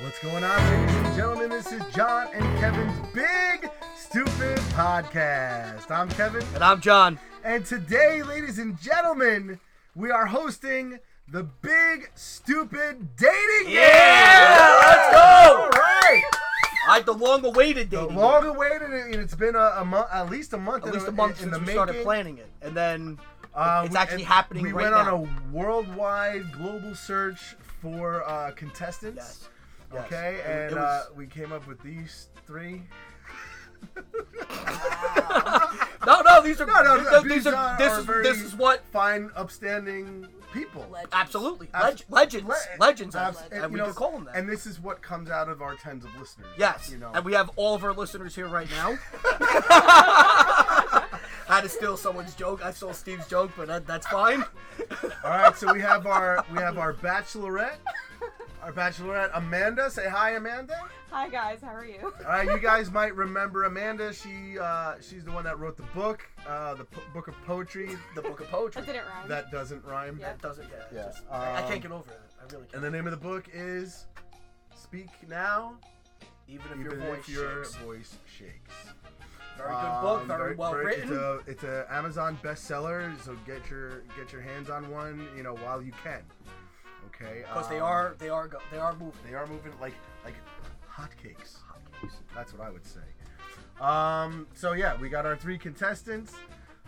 What's going on, ladies and gentlemen? This is John and Kevin's Big Stupid Podcast. I'm Kevin, And I'm John. and today, ladies and gentlemen, we are hosting the Big Stupid Dating Game. Yeah, let's go! All right, I the long-awaited the dating. long awaited, and it's been a, a month, at least a month, at in least the- a month in since the we started making. planning it, and then Uh, It's we- actually and happening We right went now. on a worldwide global search for uh, contestants. yes, yes. Okay, It- and it was- uh, we came up with these three. no, no, these are No, no, these, no, are- these are, this are is very this is what fine, upstanding people. absolutely Abs- leg- legends, Le- legends, abs- and, you we know, can call them that. And this is what comes out of our tens of listeners. yes, you know. and we have all of our listeners here right now. How to steal someone's joke? I stole Steve's joke, but that, that's fine. All right, so we have our we have our bachelorette, our bachelorette Amanda. Say hi, Amanda. Hi guys, how are you? All right, you guys might remember Amanda. She uh, she's the one that wrote the book, uh, the po- book of poetry The book of poetry. That didn't rhyme. that doesn't rhyme. Yeah. That doesn't. Yeah, Yeah, Just, I, I um, can't get over that. I really can't. And the name of the book is Speak Now, even if Even your if voice your shakes. voice shakes. Very good Um, book, very, well It's written. a, it's a Amazon bestseller, so get your get your hands on one, you know, while you can. Okay. Because they um, are they are go- they are moving. they are moving like like hotcakes. That's what I would say. Um. So yeah, we got our three contestants.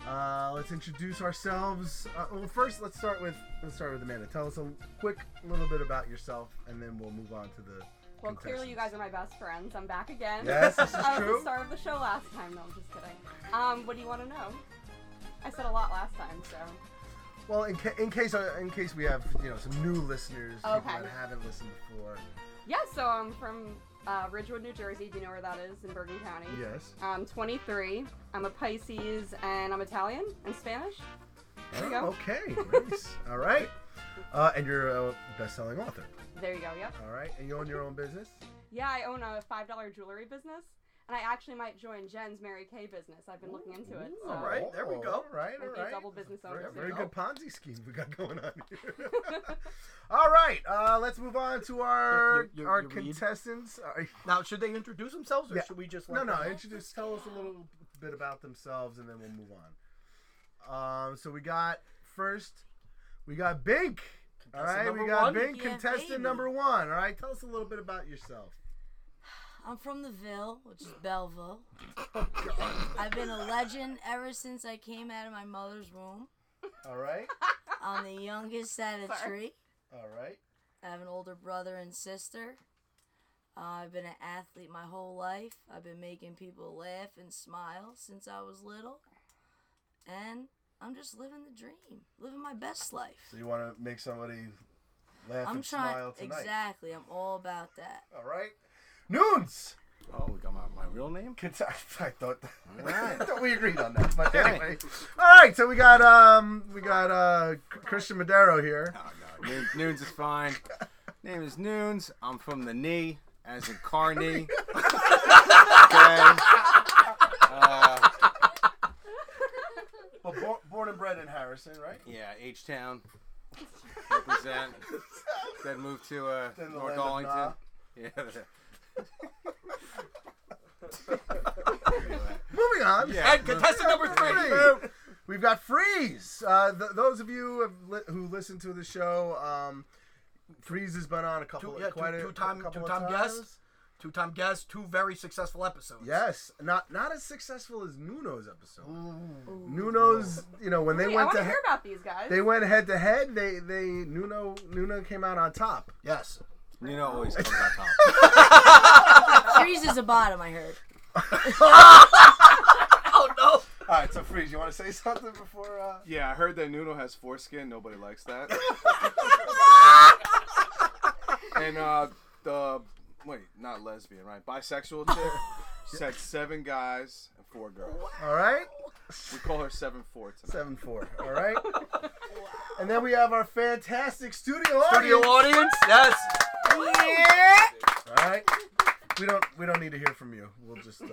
Uh, let's introduce ourselves. Uh, well, first, let's start with let's start with Amanda. Tell us a quick little bit about yourself, and then we'll move on to the. well, clearly you guys are my best friends. I'm back again. Yes, this is I was true. the star of the show last time. No, I'm just kidding. Um, what do you want to know? I said a lot last time, so Well, in, ca- in case uh, in case we have you know some new listeners Okay. people that haven't listened before. yeah. So I'm from uh, Ridgewood, New Jersey. Do you know where that is in Bergen County? Yes. I'm 23. I'm a Pisces, and I'm Italian and Spanish. There you go. Oh, Okay. Nice. All right. Uh, and you're a best-selling author. There you go. Yep. All right. And you own your own business. Yeah, I own a five dollar jewelry business, and I actually might join Jen's Mary Kay business. I've been looking into it. So. All right. there we go. All right. Might All be a right. double business Very- owner Very soon. good Ponzi scheme we got going on here. all right. Uh, let's move on to our Your- your- our your read? contestants. Uh, Our- Now, should they introduce themselves, or Yeah. should we just No, let no. them- Introduce. Tell us a little bit about themselves, and then we'll move on. Um, so we got first, we got Bink. All Contestant right, we number got one? Bink, Yeah, contestant baby. number one. All right, tell us a little bit about yourself. I'm from the Ville, which is Belleville. I've been a legend ever since I came out of my mother's womb. All right, I'm the youngest out of Sorry. three. all right. I have an older brother and sister. Uh, I've been an athlete my whole life. I've been making people laugh and smile since I was little. And I'm just living the dream, living my best life. So you want to make somebody laugh I'm and trying smile tonight? exactly. I'm all about that. All right, Noons. Oh, we got my, my real name? Cont- I thought All right. I thought we agreed on that. But All right. anyway, all right. So we got um we got uh C- Christian Madero here. Oh, no. Noon, Noons is fine. Name is Noons. I'm from the knee, as in car knee. okay. Uh, Well, born, born and bred in Harrison, right? yeah, H Town. Represent. Then moved to uh, Then the North land of Arlington. Nah. Yeah. Moving on. Yeah. And contestant number three. Free. We've got Freeze. Uh, th- those of you have li- who listen to the show, um, Freeze has been on a couple, Two- yeah, quite a two- two-time- couple of two-time times. guest. Two-time guest, two very successful episodes. Yes, not not as successful as Nuno's episode. Nuno's, you know, when they Wait, I went to want to he- hear about these guys. they went head to head, they they Nuno Nuno came out on top. Yes. Nuno always comes on top. Freeze is a bottom, I heard. Oh no. All right, so Freeze, you want to say something before? Uh... Yeah, I heard that Nuno has foreskin. Nobody likes that. and uh, the wait, not lesbian, right? Bisexual chick. She's had seven guys and four girls. All right, We call her seven four tonight. seven four. All right, and then we have our fantastic studio audience. Studio audience. Yes. All right, we don't we don't need to hear from you. We'll just uh...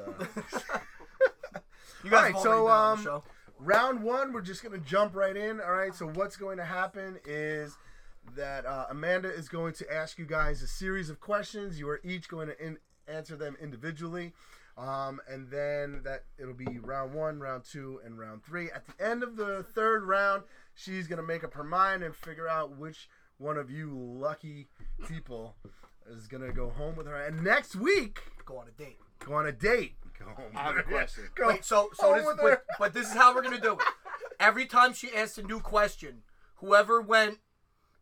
All You right, guys have already so, been on the um, show. round one. We're just gonna jump right in. All right, so what's going to happen is that uh, Amanda is going to ask you guys a series of questions. You are each going to in- answer them individually. Um, and then that it'll be round one, round two, and round three. At the end of the third round, she's gonna make up her mind and figure out which one of you lucky people is gonna go home with her. And next week, Go on a date. go on a date. Go home. I have a with her. question. Go Wait, so so home this, with but, her. but this is how we're gonna do it. Every time she asks a new question, whoever went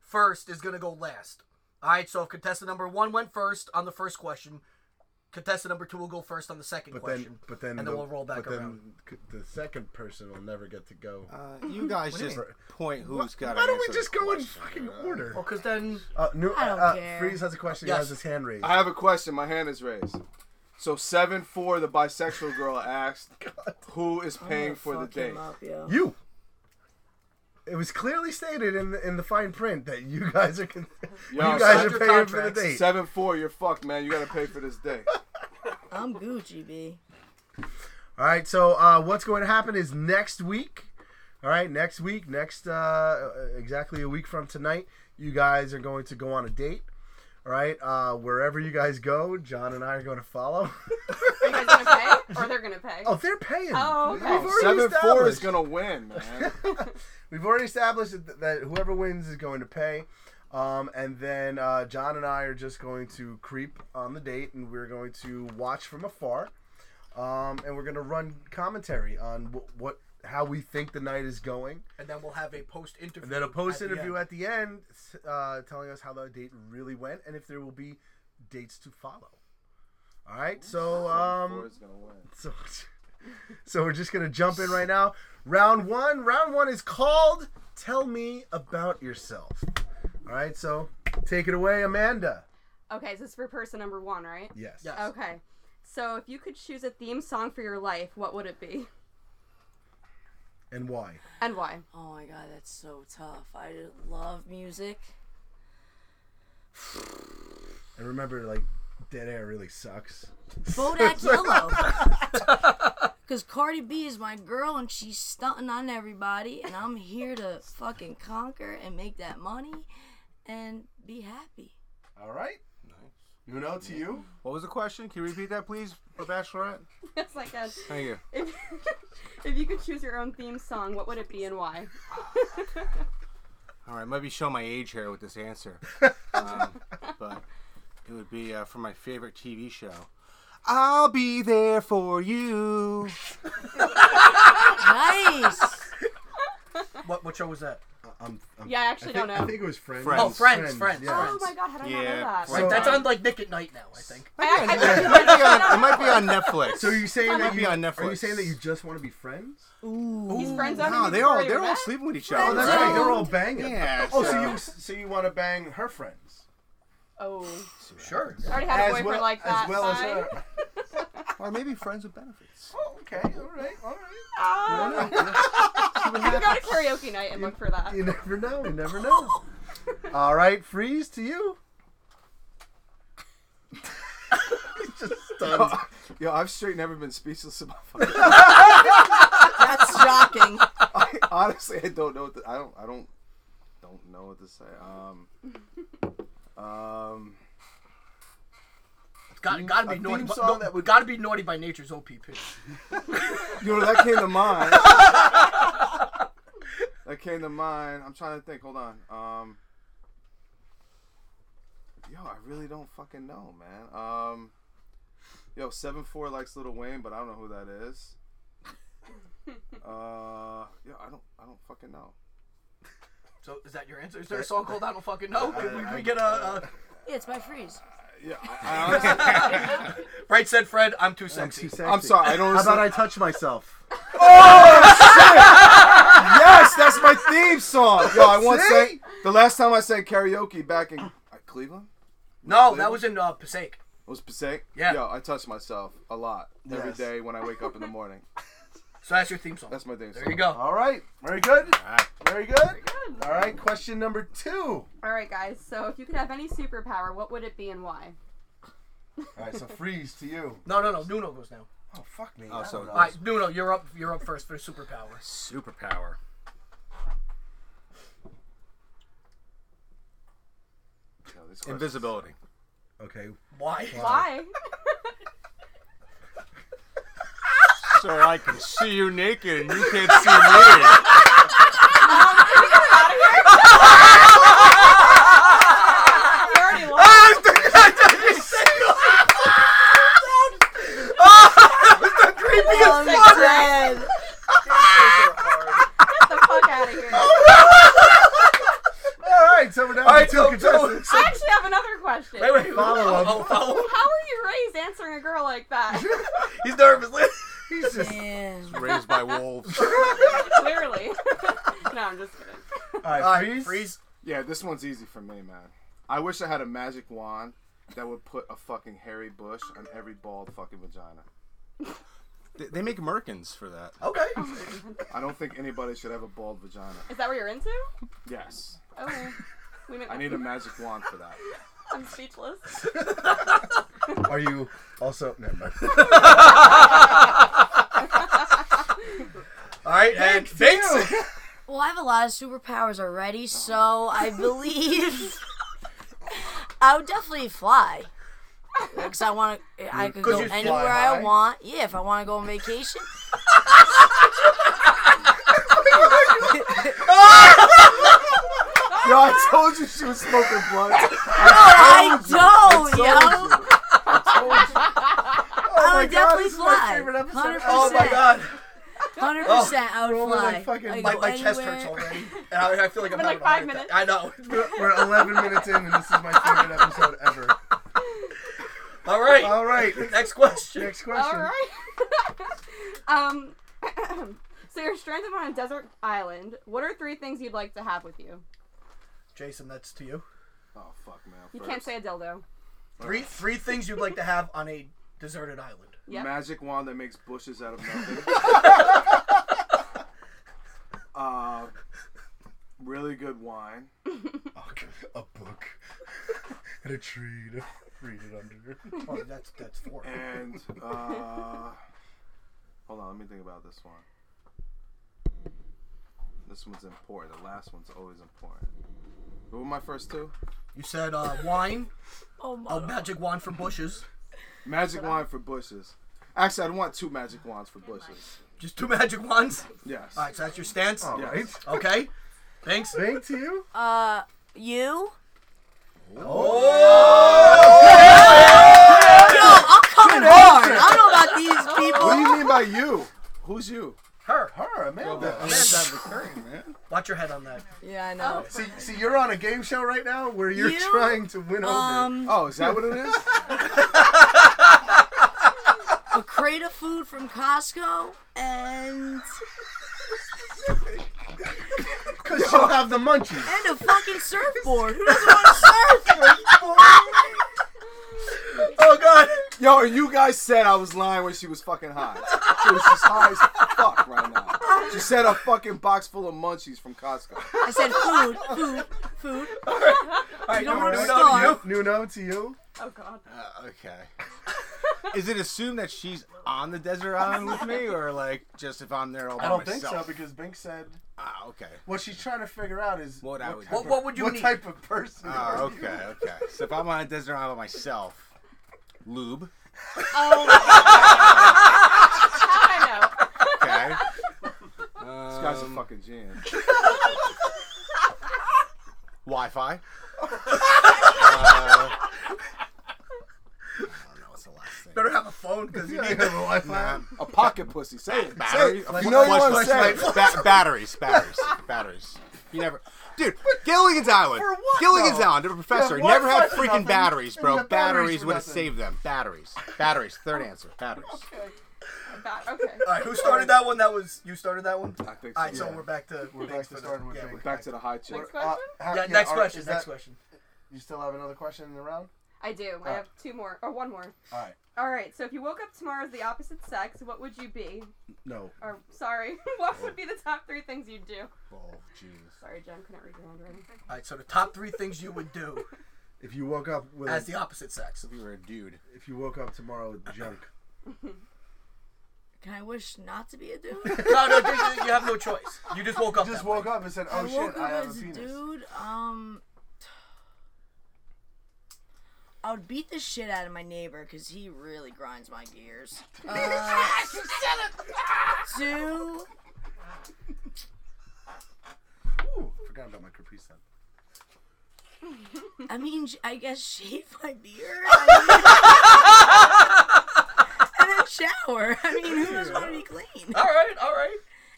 first is gonna go last. All right. So if contestant number one went first on the first question, contestant number two will go first on the second But question. then, but then, and then the- we'll roll back but then around. c- the second person will never get to go. Uh, you guys just mean? point who's got. Why don't we just go in fucking order? Well, because then Uh, new, I don't uh, care. Freeze has a question. Yes. He has his hand raised. I have a question. My hand is raised. So seven four, the bisexual girl asked, "Who is paying for the date?" you. It was clearly stated in the, in the fine print that you guys are con- Yo, you guys sign are your paying for the contracts. date. Seven four, you're fucked, man. You gotta pay for this date. I'm Gucci B. All right, so uh, what's going to happen is next week. All right, next week, next uh, exactly a week from tonight, you guys are going to go on a date. All right, uh, wherever you guys go, John and I are going to follow. Are you guys gonna pay? Or they're gonna pay? oh, they're paying. Oh, okay. We've already Seven four is established- gonna win, man. We've already established that, that whoever wins is going to pay. Um, and then uh, John and I are just going to creep on the date and we're going to watch from afar. Um, and we're going to run commentary on wh- what how we think the night is going. and then we'll have a post interview. And then a post at the interview end. at the end s- uh, telling us how the date really went and if there will be dates to follow. All right. So Four um, is gonna win. so, so we're just gonna jump in right now. Round one. Round one is called "Tell Me About Yourself." All right, so take it away, Amanda. Okay, so it's for person number one, right? Yes. Yes. Okay. So if you could choose a theme song for your life, what would it be? And why? And why? Oh my god, that's so tough. I just love music. And remember, like, dead air really sucks. Bodak Yellow. Because Cardi B is my girl and she's stunting on everybody, and I'm here to fucking conquer and make that money and be happy. All right. You know, to you. What was the question? Can you repeat that, please, for Bachelorette? It's like a, Thank you. if, if you could choose your own theme song, what would it be and why? All right, might be showing my age here with this answer, um, but it would be uh, from my favorite TV show. I'll be there for you. Nice! What what show was that? I'm, I'm, Yeah, I actually think- don't know. I think it was friends. Friends. Oh, Friends, Friends, yeah. Oh my god, how did I not Yeah, know right. that? So, That's uh, on like Nick at Night now, I think. I, I, It might be on, it might be on Netflix. So you're saying that Might be you, on Are you Netflix. saying that you just want to be friends? he's friends on no, him they before all he they're all met? sleeping with each Oh, other. that's right? right. They're all banging. Yeah, Oh, so so- you so you want to bang her friends Oh, Sure. I already had a boyfriend well like that. as well as Bye. her. Or maybe friends with benefits. Oh, okay. All right. All right. Ah. I could go to karaoke night and look for that. You never know. You never know. All right, freeze to you. He's just stunned. Yo, I've straight never been speechless about. Fucking, That's shocking. I, honestly, I don't know. What to, I don't. I don't. Don't know what to say. Um. Um. It's got gotta a be naughty. theme By, song no, that would- gotta be naughty by nature's OPP. You know that came to mind. that came to mind. I'm trying to think. Hold on. Um. Yo, I really don't fucking know, man. Um. Yo, seven four likes Little Wayne, but I don't know who that is. Uh, yo, I don't, I don't fucking know. So is that Uh, your answer? Is there a song called I Don't Fucking Know? Can we, I- we get a, a Yeah, it's by Freeze. Yeah, I, I honestly, right said Fred? I'm too That's sexy. too sexy. I'm sorry. I don't. How about listen- I touch myself? Yes, that's my theme song. Yo, I once See? sang the last time I sang karaoke back in uh, Cleveland. No, that was in uh, Passaic. It was Passaic. Yeah. Yo, I touch myself a lot every Yes. day when I wake up in the morning. So that's your theme song. That's my theme song. there you go. All right. Very good. right. Very good. Good. All right. Question number two. All right, guys. So if you could have any superpower, what would it be and why? All right. So freeze to you. No, no, no. Nuno goes now. Oh fuck me. Oh, I so- don't know. All right, Nuno, you're up. You're up first for superpowers. Superpower. It's questions. Invisibility. Okay. Why? Why? So I can see you naked and you can't see You already lost. I'm dead. Get the fuck out of here. All right, so we're down All right, to two so- contestants. I actually have another question. Wait, wait. Follow up. Oh, follow up. How were you raised answering a girl like that? He's nervous. He's just Man. me. Raised by wolves. Clearly. no, I'm just kidding. all right. All right, freeze. freeze. Yeah, this one's easy for me, man. I wish I had a magic wand that would put a fucking hairy bush on every bald fucking vagina. They- They make merkins for that. Okay. I don't think anybody should have a bald vagina. Is that what you're into? Yes. Oh, we make I need a magic wand for that. I'm speechless. Are you also? Never mind. All right, and Vince. Well, I have a lot of superpowers already, so I believe I would definitely fly. Because I want to, I could Could go you fly anywhere high? I want. Yeah, if I want to go on vacation. Yo, I told you she was smoking blunt. Oh, I don't, yo. I would definitely is Oh my fly. favorite episode. Hundred Oh my percent. god, Hundred percent. I Oh, would rolling fly. like fucking- I could my, go my chest hurts anywhere. already, and I, I feel like I'm having Been like a five heart attack. minutes. I know. We're 11 minutes in, and this is my favorite episode ever. All right. All right. Next question. Next question. All right. um, so you're stranded on a desert island. What are three things you'd like to have with you? Jason, that's to you. Oh fuck, man. You First, can't say a dildo. Three three things you'd like to have on a deserted island. Yep. magic wand that makes bushes out of nothing. uh, really good wine. Okay, A book and a tree to read it under. Oh, that's that's four. And uh, hold on, let me think about this one. This one's important. The last one's always important. What were my first two? You said uh, wine, Oh my a God. magic wand from bushes, Magic wand for bushes. Actually, I'd want two magic wands for bushes. just two magic wands. Yes. All right, so that's your stance. All right. Okay. Thanks. Thank you. Uh, you? Oh! Yo, I'm coming hard. I don't know about these people. Oh. What do you mean by you? Who's you? Her. Her, Amanda. Amanda. recurring, man. Watch your head on that. Yeah, I Oh. know. See, see, you're on a game show right now where you're You? trying to win over. Um, Oh, is that what it is? a crate of food from Costco and Because she'll have the munchies. and a fucking surfboard. Who doesn't want to surf? Oh god. Yo, you guys said I was lying when she was fucking high. She was just high as fuck right now. She said a fucking box full of munchies from Costco. I said food, food, food. All right, You don't no, want no, to no, starve. Nuno, to you. Oh god. Uh, okay. Is it assumed that she's on the desert island with me, or like just if I'm there all by myself? because Bink said Ah, okay. what she's trying to figure out is What I would- type What of- what would Uh, you what need? type of person. Ah, are you? okay, okay. So if I'm on a desert island by myself, lube. I know. Okay. Um, This guy's Um, a fucking genius. Wi-Fi. Uh, I don't know what's the last thing. Better have a phone because you Yeah, need you have a Wi-Fi. A pocket pussy. Say it. Say Batteries. it. You know you want to say Flashlight. it. Ba- batteries. Batteries. Batteries. You never. Dude, Gilligan's Island. For what, Gilligan's though? Island. The professor Yeah, never had Wi-Fi for freaking nothing. batteries, You bro. got batteries Batteries for would have nothing. saved them. Batteries. Batteries. Third answer. Batteries. That- okay. Uh, All right, who started that one? That was you started that one. I think so. All right, so Yeah. we're back to We're back thanks to for the- starting with yeah, Bink. we're- Back to the high chick. Next question. uh, ha- yeah, next all right, question. is Next that- question. You still have another question in the round? I do. I have two more or one more. All right. All right. So if you woke up tomorrow as the opposite sex, what would you be? No. Or sorry, what would be the top three things you'd do? Oh, jeez. Sorry, Jen, couldn't read your handwriting. All right, so the top three things you would do If you woke up with as a, the opposite sex. You were a dude. if you woke up tomorrow with junk, Can I wish not to be a dude? No, no, you, you have no choice. You just woke up. just that way. woke up and said, "Oh I shit, woke I up have a as a penis." dude. Um, I would beat the shit out of my neighbor because he really grinds my gears. Uh, two, Ooh, forgot about my Capri Sun. I mean, sh- I guess shave my beard. I mean- and then shower. I mean, who doesn't want to be clean? All right, all right.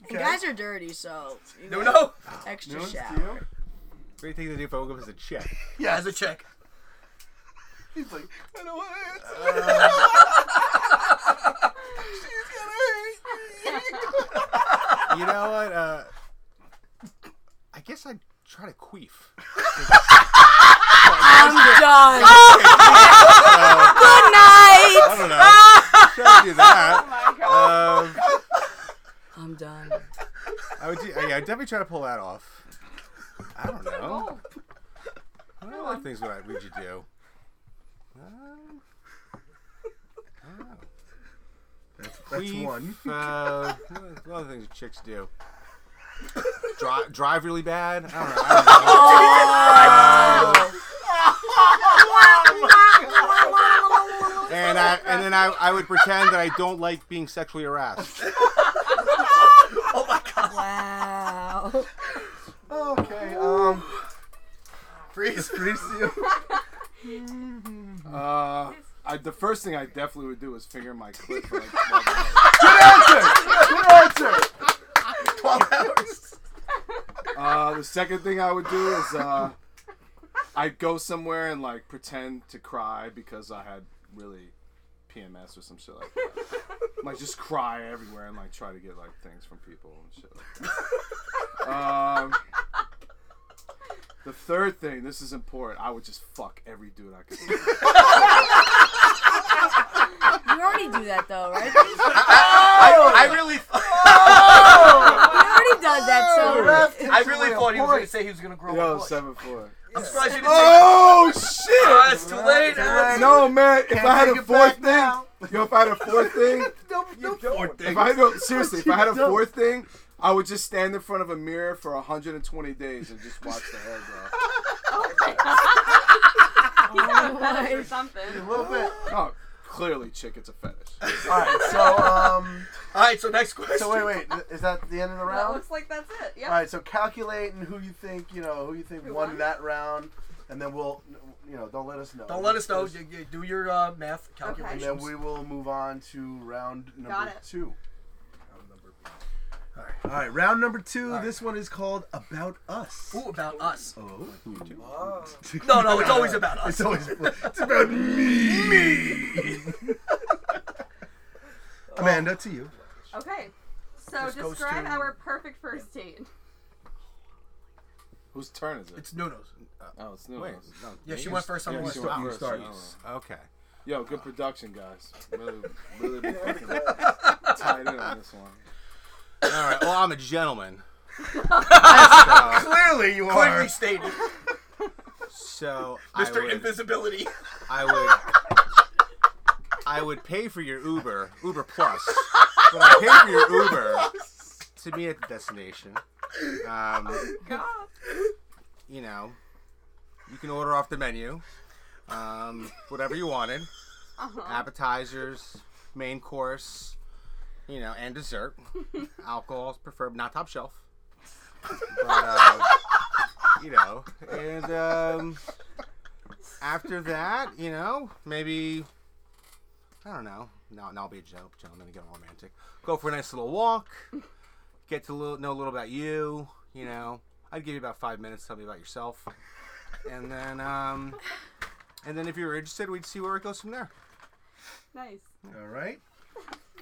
And guys are dirty, so you No, know, no. extra Nunes, shower. to you? What do you think they do if I woke up as a chick? Yeah, as a check. He's like, I don't want to You know what? Uh, I guess I'd try to queef. I'm done. Good Uh, I night. don't know. Should I do that? Oh my god. Um, I'm done. I would do, yeah, I'd definitely try to pull that off. I don't know. What other things would, I, would you do? Um, That's, that's queef, one. Uh, what other things do chicks do? Drive, drive really bad? I don't know. I don't know. Um, and I, and then I, I would pretend that I don't like being sexually harassed. Wow. Okay, um, Freeze. Fabricio. Uh, I, the first thing I definitely would do is finger my clip. For like 12 hours. Good answer. Good answer. 12 hours. Uh, the second thing I would do is uh, I'd go somewhere and like pretend to cry because I had really PMS or some shit like that. like just cry everywhere and like try to get like things from people and shit. Like that. um, the third thing, this is important. I would just fuck every dude I could. see. You already do that though, right? You I, I really, already does that, so I really thought he was going to say he was going to grow Yo, a bush. seven four. I'm surprised you didn't say, Oh oh, shit! it's too late. Alex. No man, if I had take a it back fourth thing, yo, if I had a fourth thing, No, no fourth If I had a, seriously, if I had a fourth thing, I would just stand in front of a mirror for 120 days and just watch the hair grow. or something. A little bit. Oh, clearly, chick, it's a fetish. All right, so um, All right, so next question. so wait, wait, th- is that the end of the That round? looks like that's it. All Yeah. right, so calculating who you think you know who you think Who won, won? that round, and then we'll you know don't let us know. Don't let us know. You- you Do your uh, math And calculations. then we will move on to round number Got it. two. All right. All right, round number two. All right. This one is called About Us. Ooh, about us. Oh. No, no, it's always about us. It's always it's about me. Amanda, to you. Okay. So This goes describe to- our perfect first date. Whose turn is it? It's Nuno's. oh, it's new. Wait, ones. no, Yeah, she you went can- first on yeah, the you list. start You first. start. Oh. Okay. Yo, good production, guys. Really, really be fucking tied in on this one. All right. Well, I'm a gentleman. Clearly, you Clearly stated, So I Mr. would, Invisibility. I would I would pay for your Uber, Uber Plus. But I pay for your Uber to be at the destination. Um, you know, you can order off the menu, um, whatever you wanted, appetizers, main course, you know, and dessert. Alcohol's preferred, not top shelf. But, uh, you know, and um, after that, you know, maybe I don't know. No, no, I'll be a gen- gentleman and get romantic. Go for a nice little walk. Get to little, know a little about you. You know, I'd give you about five minutes. Tell me about yourself, and then um, and then if you were interested, we'd see where it goes from there. Nice. All right.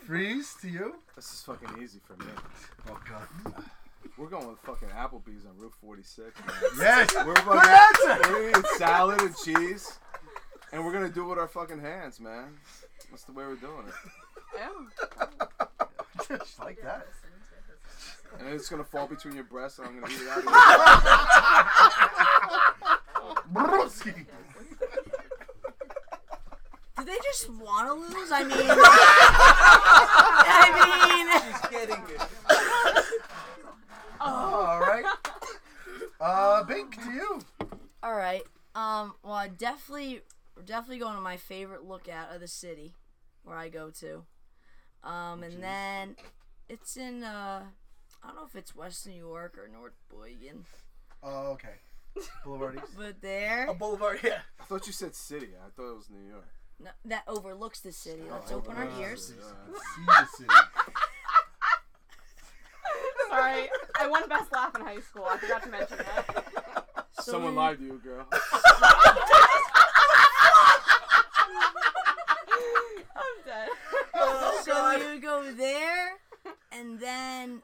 Freeze to you. This is fucking easy for me. Oh God. We're going with fucking Applebee's on Route 46. Man. Yes. We're fucking we're eating salad and cheese, and we're gonna do it with our fucking hands, man. That's the way we're doing it. Oh. Just like that. and it's gonna fall between your breasts, and I'm gonna eat it out. Of Brrrski. Oh. do they just want to lose? I mean, I mean, All right. Uh, Bink to you. all right. Um, well, I definitely we're definitely going to my favorite lookout of the city where I go to. Um, and then it's in, uh, I don't know if it's West New York or North Boygan, Oh, okay. Boulevard East. but there A boulevard, yeah. I thought you said city. I thought it was New York. no, that overlooks the city. Let's open our ears. See the city. Sorry, I won best laugh in high school. I forgot to mention that. So Someone we- lied to you, girl. I'm dead. Oh, So God. you go there, and then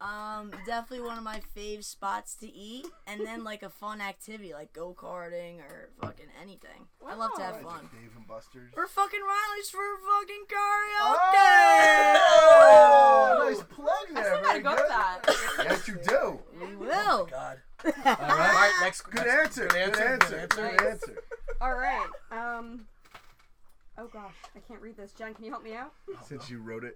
um, definitely one of my fave spots to eat, and then like a fun activity like go karting or fucking anything. I love to have Alright, fun. Dave and Buster's. We're fucking Riley's for fucking karaoke. Oh, nice plug I there. still gotta Very go good. with that. Yes, you do. We will. Oh, God. All All right. right, next. Good next- answer. Good answer. Good answer. Good Nice. answer. All right. Um. Oh gosh, I can't read this. Jen, can you help me out? Since you wrote it.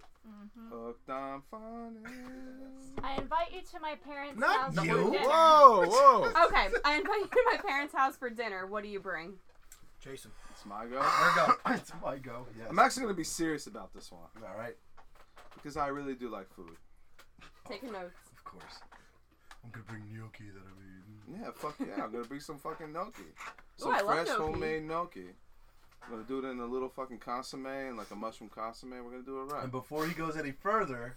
Hooked on phonics. I invite you to my parents' Not house you. for dinner. Whoa, whoa. Okay, I invite you to my parents' house for dinner. What do you bring? Jason, It's my go. where it go? That's my go. Yes. I'm actually gonna be serious about this one All right. because I really do like food. Taking notes. Of course. I'm gonna bring gnocchi that I've eaten. Yeah, fuck yeah. I'm gonna bring some fucking gnocchi. Ooh, Some I love fresh gnocchi. homemade gnocchi. I'm gonna do it in a little fucking consomme and like a mushroom consomme. We're gonna do it right. And before he goes any further,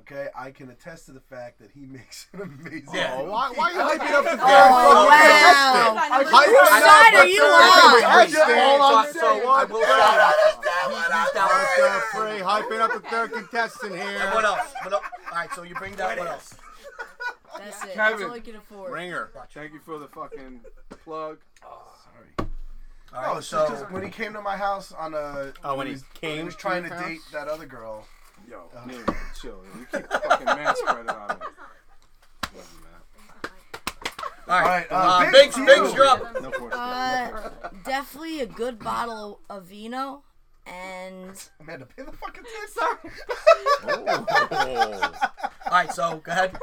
okay, I can attest to the fact that he makes an amazing. Yeah. Oh, why, why are you hyping up the Okay. Oh, I- wow. fucking contestant? What I- side I- are you I- on? I just all So- I'm so saying. I will shout out. He- he's that one. Arthur Frey hyping up the third contestant And what here. else? What else? All right, so you bring that. What else? That's it. That's Kevin. all I can afford. Ringer. Thank you for the fucking plug. Sorry. All Oh, right, so so when he came to my house on a. Oh, when he was- came he was to trying to your date house? that other girl. Yo, Neil, chill. You keep fucking man spreading on me. Love all right, All right, uh, uh, Biggs, Biggs, you. Biggs, you're up. you, man. No force. Uh, definitely a good bottle of vino and Amanda, pay the fucking attention. Oh. All right, so go ahead.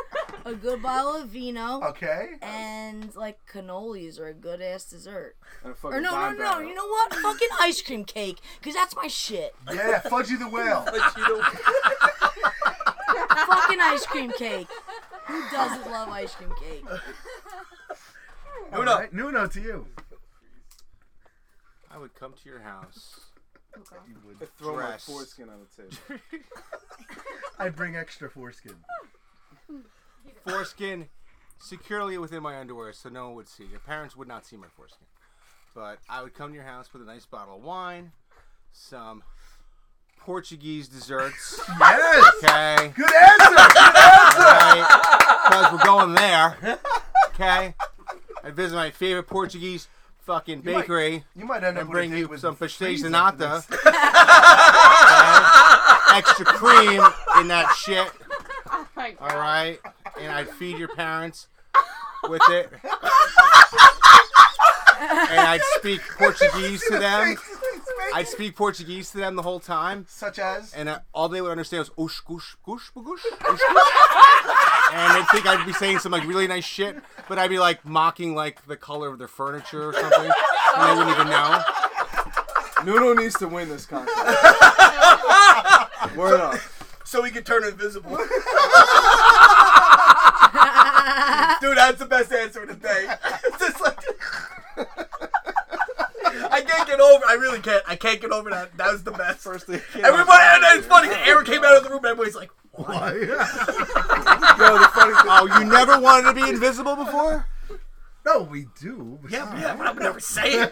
a good bottle of vino. Okay. And like cannolis are a good ass dessert. And a fucking Or no, no, dime no. barrel. You know what? Fucking ice cream cake, cause that's my shit. Yeah, Fudgy the Whale. But you don't- Fucking ice cream cake. Who doesn't love ice cream cake? Nuno. All right, Nuno to you. I would come to your house. I throw Dress. my foreskin on the table. I'd bring extra foreskin. Foreskin securely within my underwear so no one would see. Your parents would not see my foreskin. But I would come to your house with a nice bottle of wine, some Portuguese desserts. Yes. Okay. Good answer. Because we're going there. Okay? I visit my favorite Portuguese fucking might- bakery You might end up and with bring a date you with some the pastéis freeze de after nata. this. Okay? Extra cream in that shit. Oh my god. All right? And I'd feed your parents with it. and I'd speak Portuguese to them. I'd speak Portuguese to them the whole time. Such as. And uh, all they would understand was oosh, goosh, goosh, boosh, oosh, goosh. And they'd think I'd be saying some like really nice shit, but I'd be like mocking like the color of their furniture or something. And they wouldn't even know. Nuno needs to win this contest. Word up. so he can turn invisible. Dude, that's the best answer of the day. It's just like- I can't get over. I really can't. I can't get over that. That was the best. First thing. Everybody, and it's funny. Aaron came out of the room. Everybody's like, Why? Yo, the funny thing. Oh, you never wanted to be invisible before? no, we do. but "Yeah, yeah, but I'm never saying."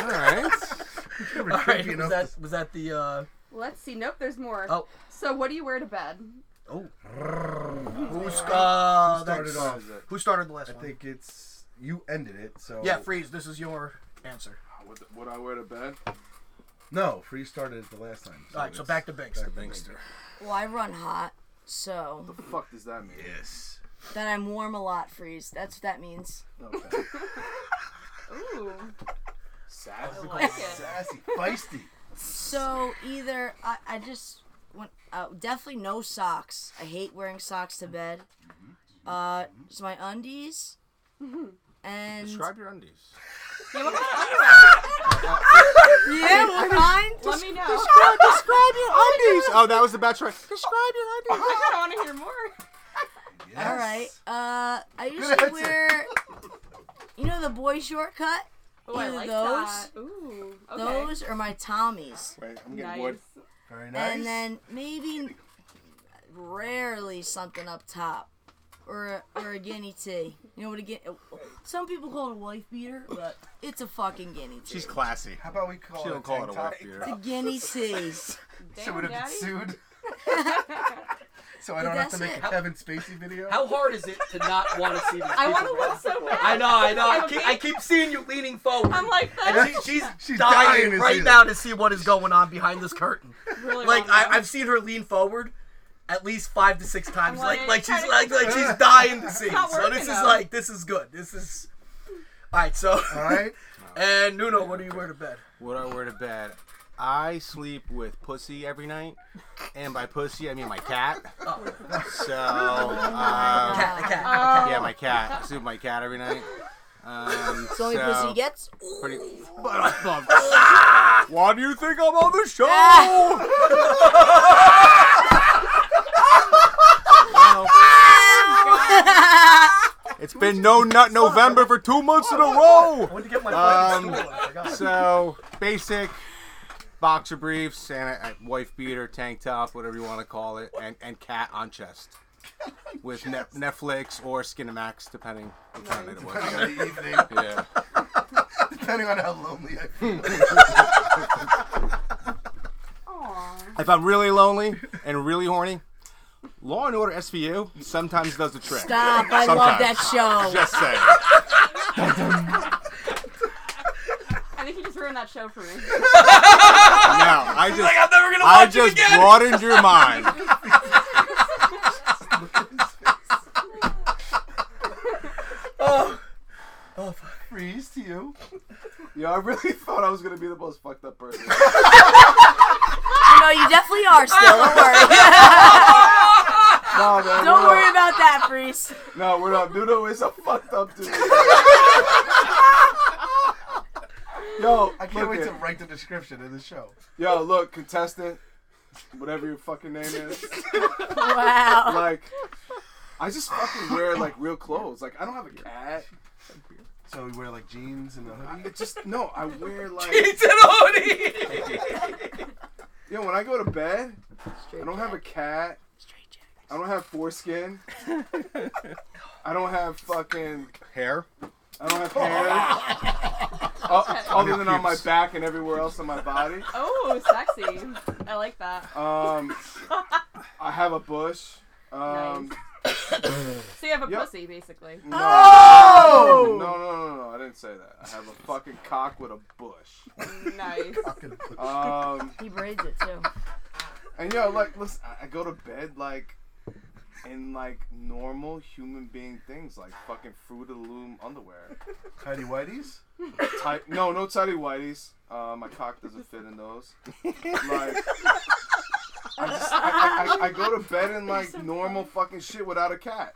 All right. it's never All right, creepy was enough that to- was that the? uh Let's see. Nope, there's more. Oh, So what do you wear to bed? oh. Who's uh? started that's- off. Who started the last I one? think it's you ended it. So Yeah, freeze. This is your answer. What, what I wear to bed? No, free started it the last time. All right, so back to Binks. Bankster. Well, I run hot, so The fuck does that mean? Yes. that I'm warm a lot. Freeze. That's what that means. Okay. Ooh. Sassy. Like it. Sassy, feisty. So either I, I just went uh, definitely no socks. I hate wearing socks to bed. Uh, just my undies and Describe your undies. Yeah, what kind of underwear? Uh, Yeah, we're fine. Let me know. Describe, describe your undies. Oh, that was the bachelorette. Describe your undies. I want to hear more. Yes. All right. Uh, I usually answer. wear, you know, the boy shortcut. Oh, I Either like those, that. Ooh. Okay. Those are my Tommies. Wait, I'm getting Nice. wood. Very nice. And then maybe rarely something up top. Or a, or a guinea tea. You know what a guinea... Some people call it a wife beater, but it's a fucking guinea tea. She's classy. How about we call She it don't call it a tank wife top? beater. It's a guinea tea. So would Damn, have been Daddy. sued. so I don't have that's to make a it. Kevin Spacey video. How hard is it to not want to see these people? I want to look so bad. I know, I know. I I'm keep, big- I keep seeing you leaning forward. I'm like And that. she- she's, She's dying dying, to see right this. now to see what is going on behind this curtain. Really Like wrong. I, I've seen her lean forward at least five to six times. like, Like like trying she's to- like like she's dying to see. not So working this is though. like this is good. This is all right. So All right. and Nuno, what do you wear to bed? What I wear to bed? I sleep with pussy every night, and by pussy I mean my cat. So, Uh, um, Cat, cat. Oh, yeah, my cat. I sleep with my cat every night. Um, The only pussy he gets. Ooh. pretty- Why do you think I'm on the show? Well, it's been no nut November for two months in a row. I went to get my Uh, Um, fucking stool. I forgot. So basic boxer briefs and a, a wife beater, tank top, whatever you want to call it, and, and cat on chest. With ne- Netflix or Skinemax, depending on what kind of Depending on it was. the evening, Yeah. depending on how lonely I feel. Aw. If I'm really lonely and really horny, Law and Order SVU sometimes does the trick. Stop. I love Sometimes. that show. Just saying. I think you just ruined that show for me. No, I just, I'm never gonna I watch it just again. broadened your mind. Oh. Oh, fuck. Freeze to you. Yo, I really thought I was gonna be the most fucked up person. No, you definitely are still. Don't worry. no, man, Don't we're worry about that, Freeze. Not, no, we're not. Nuno is a fucked up dude. Yo, I can't look wait it. to write the description of the show. Yo, look, contestant, whatever your fucking name is. Wow. Like, I just fucking wear like real clothes. Like, I don't have a cat. So we wear like jeans and a hoodie. It just no. I wear like It's an Odie. yo. When I go to bed, I don't have a cat. Straight jacket. I don't have foreskin. I don't have fucking. Hair? I don't have hair. O- other than on my Pubes. back and everywhere else on my body. Oh, sexy. I like that. Um, I have a bush. Um, So you have a Yep. pussy, basically. no, Oh! no, no, no, no, I didn't say that. I have a fucking cock with a bush. Nice. Um, He braids it too. and yo, like, listen, I- I go to bed like in like normal human being things, like fucking Fruit of the Loom underwear. Tidy whities. Tight, no, no tidy whities. Uh, my cock doesn't fit in those. Like, I, just, I, I, I, I go to bed in like normal fucking shit without a cat.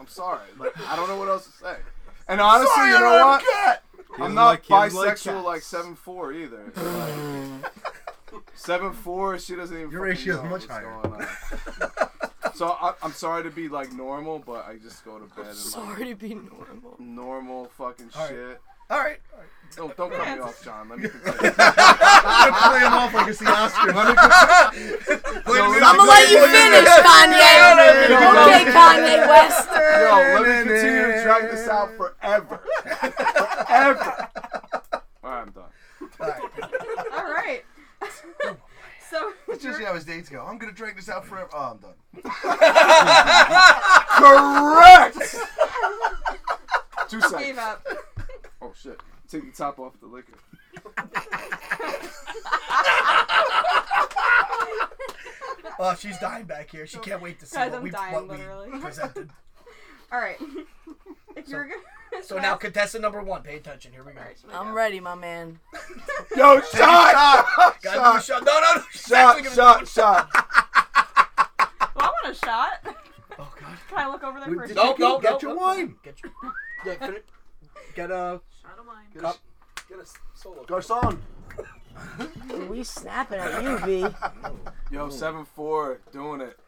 I'm sorry. Like, I don't know what else to say. And honestly, you know what? I'm not bisexual like seven four either. Seven four, she doesn't even. Your fucking ratio is know much what's higher. going on. so I, I'm sorry to be like normal, but I just go to bed and like Sorry to be normal. normal fucking All right. shit. All right. Don't don't cut me off, John. Let me. I'm gonna play him off like it's the Oscars. I'm gonna let you finish, no, Kanye. no, Okay, no. Kanye West. Yo, let me continue to drag this out forever. forever. All right, I'm done. All right. so That's usually how his dates go. I'm gonna drag this out forever. Oh, I'm done. Correct. Two gave seconds. up. Oh shit. Take the top off the liquor. Oh, she's dying back here. She can't wait to see Guys, what I'm we, dying, what we literally. presented. All right. If you're gonna. So now, contestant number one, pay attention. Here we go. All right, should we I'm go? ready, my man. Yo, shot! Gotta do a shot. No, no, no. She's actually Shot! gonna- Shot! Shot! Well, I want a shot. Oh, God. Can I look over there for No, a second? no, get no. your no. wine. Get your yeah, get, it. get a Shot of wine. cup. Get a solo. Garcon. We snapping at you, B. Yo, seven four, doing it.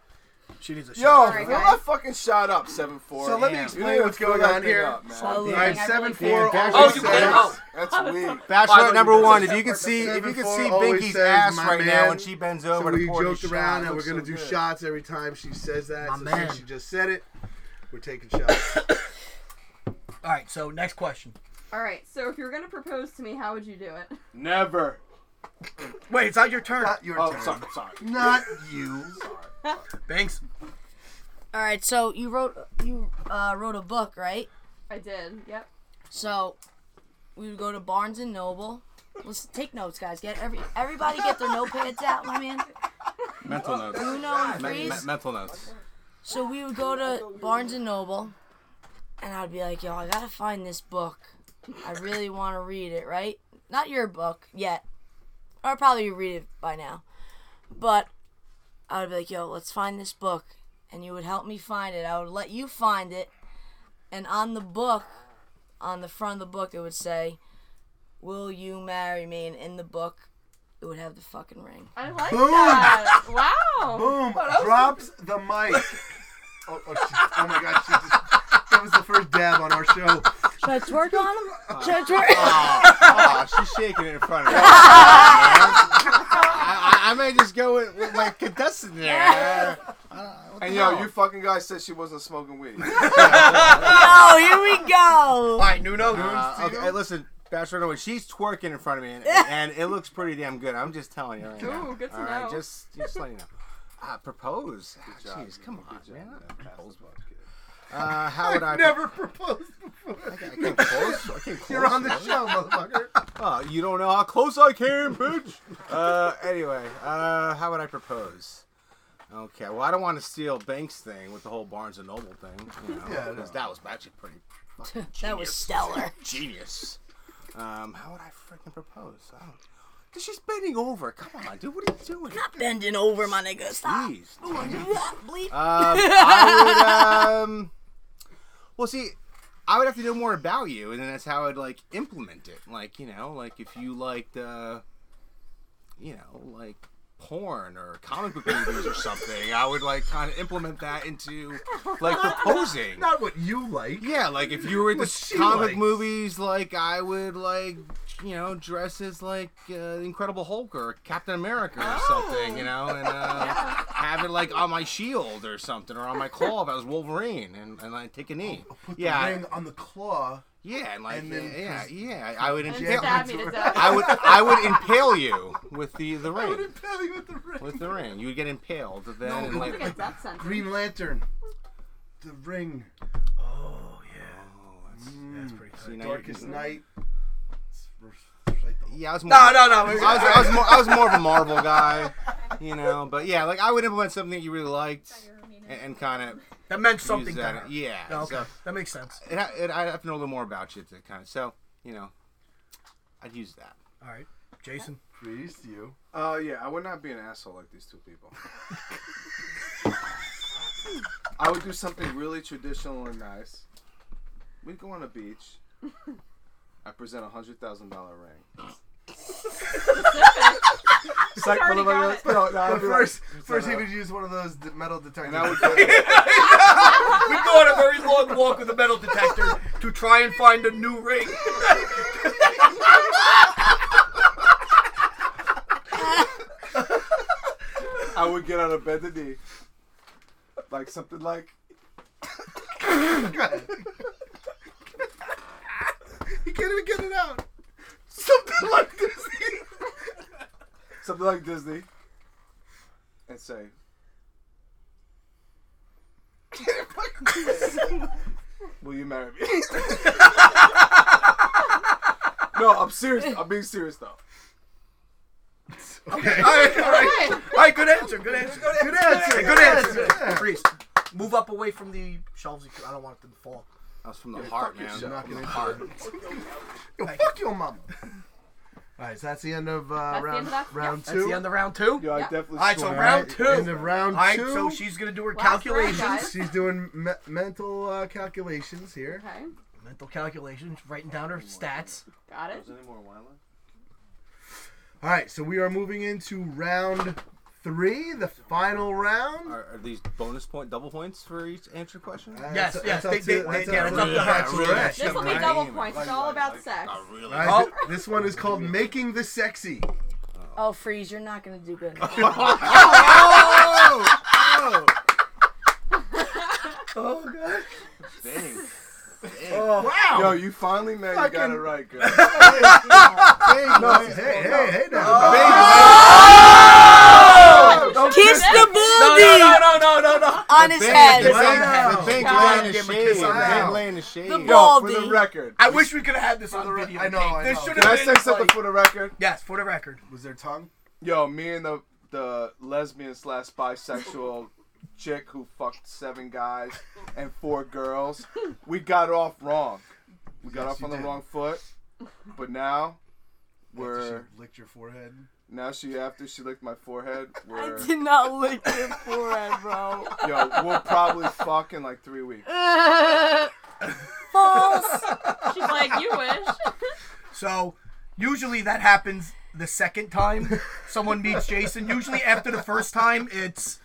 She needs a Yo, shot. Sorry, fill guys. that fucking shot up, seven four. So let me Damn. explain what's going on here. Slowly. All right, I seven believe four. it. Damn, always Oh, you says- can't- oh. That's weak. Bachelorette number Seven one. If you could see, if you seven could four see always Binky's says, ass "My right man." now when she bends So over we to pour joked you a around shot, that we're gonna so do good. shots every time she says that. My so man. since she just said it, we're taking shots. All right, so next question. All right, so if you were gonna propose to me, how would you do it? Never. Wait, it's not your turn. Not your Oh, turn. sorry, sorry. Not you. Banks. All right, so you wrote you uh, wrote a book, right? I did. Yep. So we would go to Barnes and Noble. Let's take notes, guys. Get every everybody get their notepads out, my man. Mental notes. Uno and Me- Freeze. me- mental notes. So we would go to Barnes and Noble, and I'd be like, "Yo, I gotta find this book. I really want to read it, right? Not your book yet. Or probably you read it by now, but I'd be like, "Yo, let's find this book," and you would help me find it. I would let you find it, and on the book, on the front of the book, it would say, "Will you marry me?" And in the book, it would have the fucking ring. I like Boom. that. Wow. Boom! Oh, that was- Drops the mic. Oh, oh, she, oh my God! She just, that was the first dab on our show. Should I twerk on him? Should I twerk? Aw, Oh, she's shaking it in front of me. I, I, I may just go with, with my contestant there. Uh, And yo, you fucking guy said she wasn't smoking weed. oh, here we go. All right, Nuno. Uh, okay, hey, listen, Bachelor Noah, she's twerking in front of me, and, and it looks pretty damn good. I'm just telling you right now. Ooh, good to All right, know. just, just let you know. Uh, propose. Ah, Jeez, come on, man. Propose. Uh, how would I? Never proposed before. I came close. I came close. You're on the man. show, motherfucker. Oh, you don't know how close I came, bitch. uh, anyway, uh, how would I propose? Okay, well, I don't want to steal Banks' thing with the whole Barnes and Noble thing, you know, Yeah, I 'cause that was actually pretty fucking That was stellar. genius. Um, how would I freaking propose? I don't. Cause she's bending over. Come on, dude. What are you doing? Not bending over, my nigga. Stop. Jeez. Bleep. Um, I would, um, well, see, I would have to know more about you, and then that's how I'd like implement it. Like, you know, like if you liked, uh, you know, like porn or comic book movies or something, I would like kind of implement that into like proposing. Not what you like. Yeah, like if you were into What she comic likes. movies, like I would like, you know, dress as like uh, the Incredible Hulk or Captain America or something, you know, and uh, Oh. have it like on my shield or something or on my claw if I was Wolverine and, and like take a knee. yeah, I- Ring on Oh, the claw. yeah, and like and then yeah, just- yeah, I would And impale. stab me to death. I would I would impale you with the the I would ring. impale you with the ring. With the ring, you would get impaled. Then No, and, it- like, It's like a death sentence. Green Lantern. The ring. Oh yeah, that's pretty. so, you know, Darkest you- night. It's recite the whole- Yeah, I was more. No, no, no. I was, I, was more, I was more of a Marvel guy, you know. But yeah, like I would implement something that you really liked and, and kind of that meant use something to that. her. Yeah. Oh, No, okay, So that makes sense. it, ha- it, I'd have to know a little more about you to kind of. So you know, I'd use that. All right, Jason. Freeze you. Uh, yeah, I would not be an asshole like these two people. I would do something really traditional and nice. We'd go on a beach. I present a hundred thousand dollar ring. It's like already one of got those- no, no, I'd But be like- first, first he would use one of those d- metal detectors. and I would go, We go on a very long walk with a metal detector to try and find a new ring. I would get on a bed to knee, like something like he can't even get it out. Something like this. something like Disney, and say, "Will you marry me?" no, I'm serious. I'm being serious though. okay. All right, all right, all right. Good answer. Good answer. Good answer. Good answer. Good answer. Yeah. Priest, move up away from the shelves. if you- I don't want it to fall. That was from the heart, man. You're not From gonna the heart. Yo, fuck your mama. All right, so that's the end of uh, That's the round end of that? round That's two. the end of round two. Yo, Yeah. I definitely. All right, so swear. round Right, two. End of round All right, two. so she's gonna do her Last round, calculations. guys. she's doing me- mental uh, calculations here. Okay, Mental calculations, writing down her stats. got it. any more wine left? All right, so we are moving into round three, the final round. Are, are these bonus point, double points for each answer question? Uh, Yes, that's- yes, that's up they- to- they- that's they- yeah, up it's up to to her. the Really? bachelorette. This will be Right. double points. It's all about sex. I really. Guys, Oh. This one is called Making the Sexy. Oh, freeze! You're not gonna do good. Oh! oh! Oh, God. Dang. Oh, Yo, you finally man, you got Fucking- it right, girl. no, Oh, hey, hey, hey, now. Kiss the No, baldy no, no, no, no, no, no. on his head. The Wow. big Wow. lay in the Give him a shade. kiss. The Wow. big lay in the shade. The Yo, Yo, for Baldy. the record. I wish we could have had this on the video. I know, tape. I This know. should Can I have say been. something like- for the record? Yes, for the record. Was there tongue? Yo, me and the the lesbian slash bisexual chick who fucked seven guys and four girls, we got off wrong. We got Yes, off you on the did. wrong foot, but now we're After she licked your forehead. now she after she licked my forehead. We're I did not lick your forehead, bro. yo, we'll probably fuck in like three weeks. False. She's like, you wish. So usually that happens the second time someone meets Jason. Usually after the first time, it's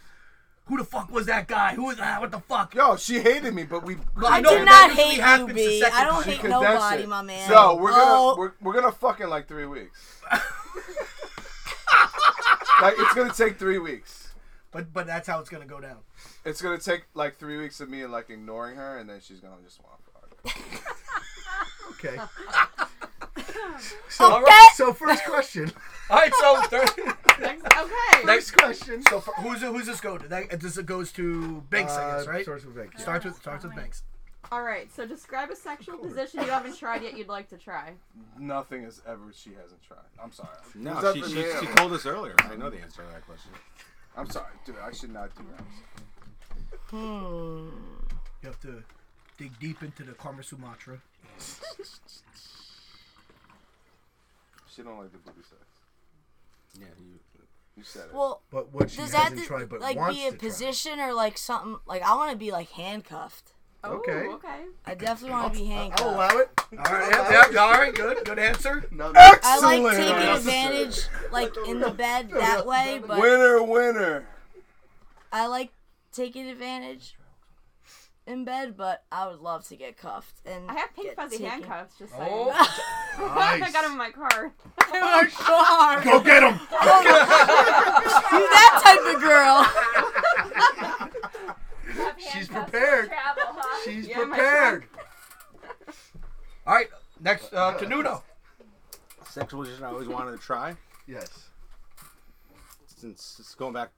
who the fuck was that guy? Who was that? What the fuck? Yo, she hated me, but we I we know that did Do not usually hate you, happens the B. second I don't time. hate Because that's nobody, it. my man. So we're gonna Oh, we're, we're gonna fuck in like three weeks. like it's gonna take three weeks. But but that's how it's gonna go down. It's gonna take like three weeks of me like ignoring her, and then she's gonna just want to fuck. Okay. so, so first question. All right, so third, Next, okay. next question. So for, who's who's this go to? That, this goes to Banks, I guess, right? Uh, Starts with Vic. yeah. Starts with starts with Banks. All right. So describe a sexual position you haven't tried yet you'd like to try. Nothing is ever she hasn't tried. I'm sorry. It's No, up she, for she, sale. she told us earlier. I know the answer to that question. I'm sorry, dude. I should not do that. You have to dig deep into the Karma Sumatra. She don't like the booty sex. Yeah, you, You said it. well, But what she does that hasn't tried, but like wants be a to position or like something? Like I want to be like handcuffed. Oh, Okay. Okay. I definitely want to be handcuffed. try. I'll allow it. All right, yeah, yeah, all right, good, good answer. No, I like Excellent. taking Yes, advantage, like in the bed that way, but winner, winner. I like taking advantage in bed. But I would love to get cuffed and I have pink get fuzzy taken- handcuffs. Just saying. Oh, I got them in my car. In my car. Go get him. You that type of girl. She's prepared. Travel, huh? She's Yeah, my prepared. all right. Next, uh, Canudo. sexual position I always wanted to try Yes. since it's going back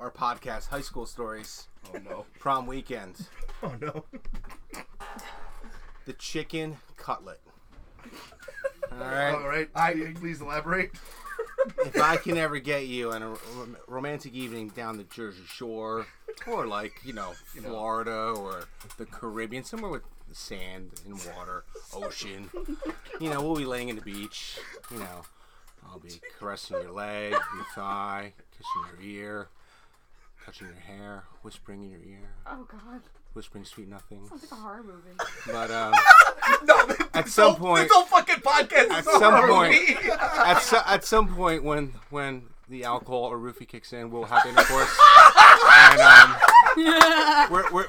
our podcast, high school stories, Oh no. prom weekend, Oh no. the chicken cutlet. All All right. right. I- please elaborate. If I can ever get you on a rom- romantic evening down the Jersey Shore, or like you know Florida or the Caribbean, somewhere with sand and water, ocean, you know we'll be laying in the beach. You know, I'll be caressing your leg, your thigh, kissing your ear, touching your hair, whispering in your ear, Oh God. whispering sweet nothing. It's like a horror movie. But um, No, at some this point, whole fucking podcast. At At some some point. at, so, at some point when when the alcohol or roofie kicks in, we'll have intercourse. and um, we're, we're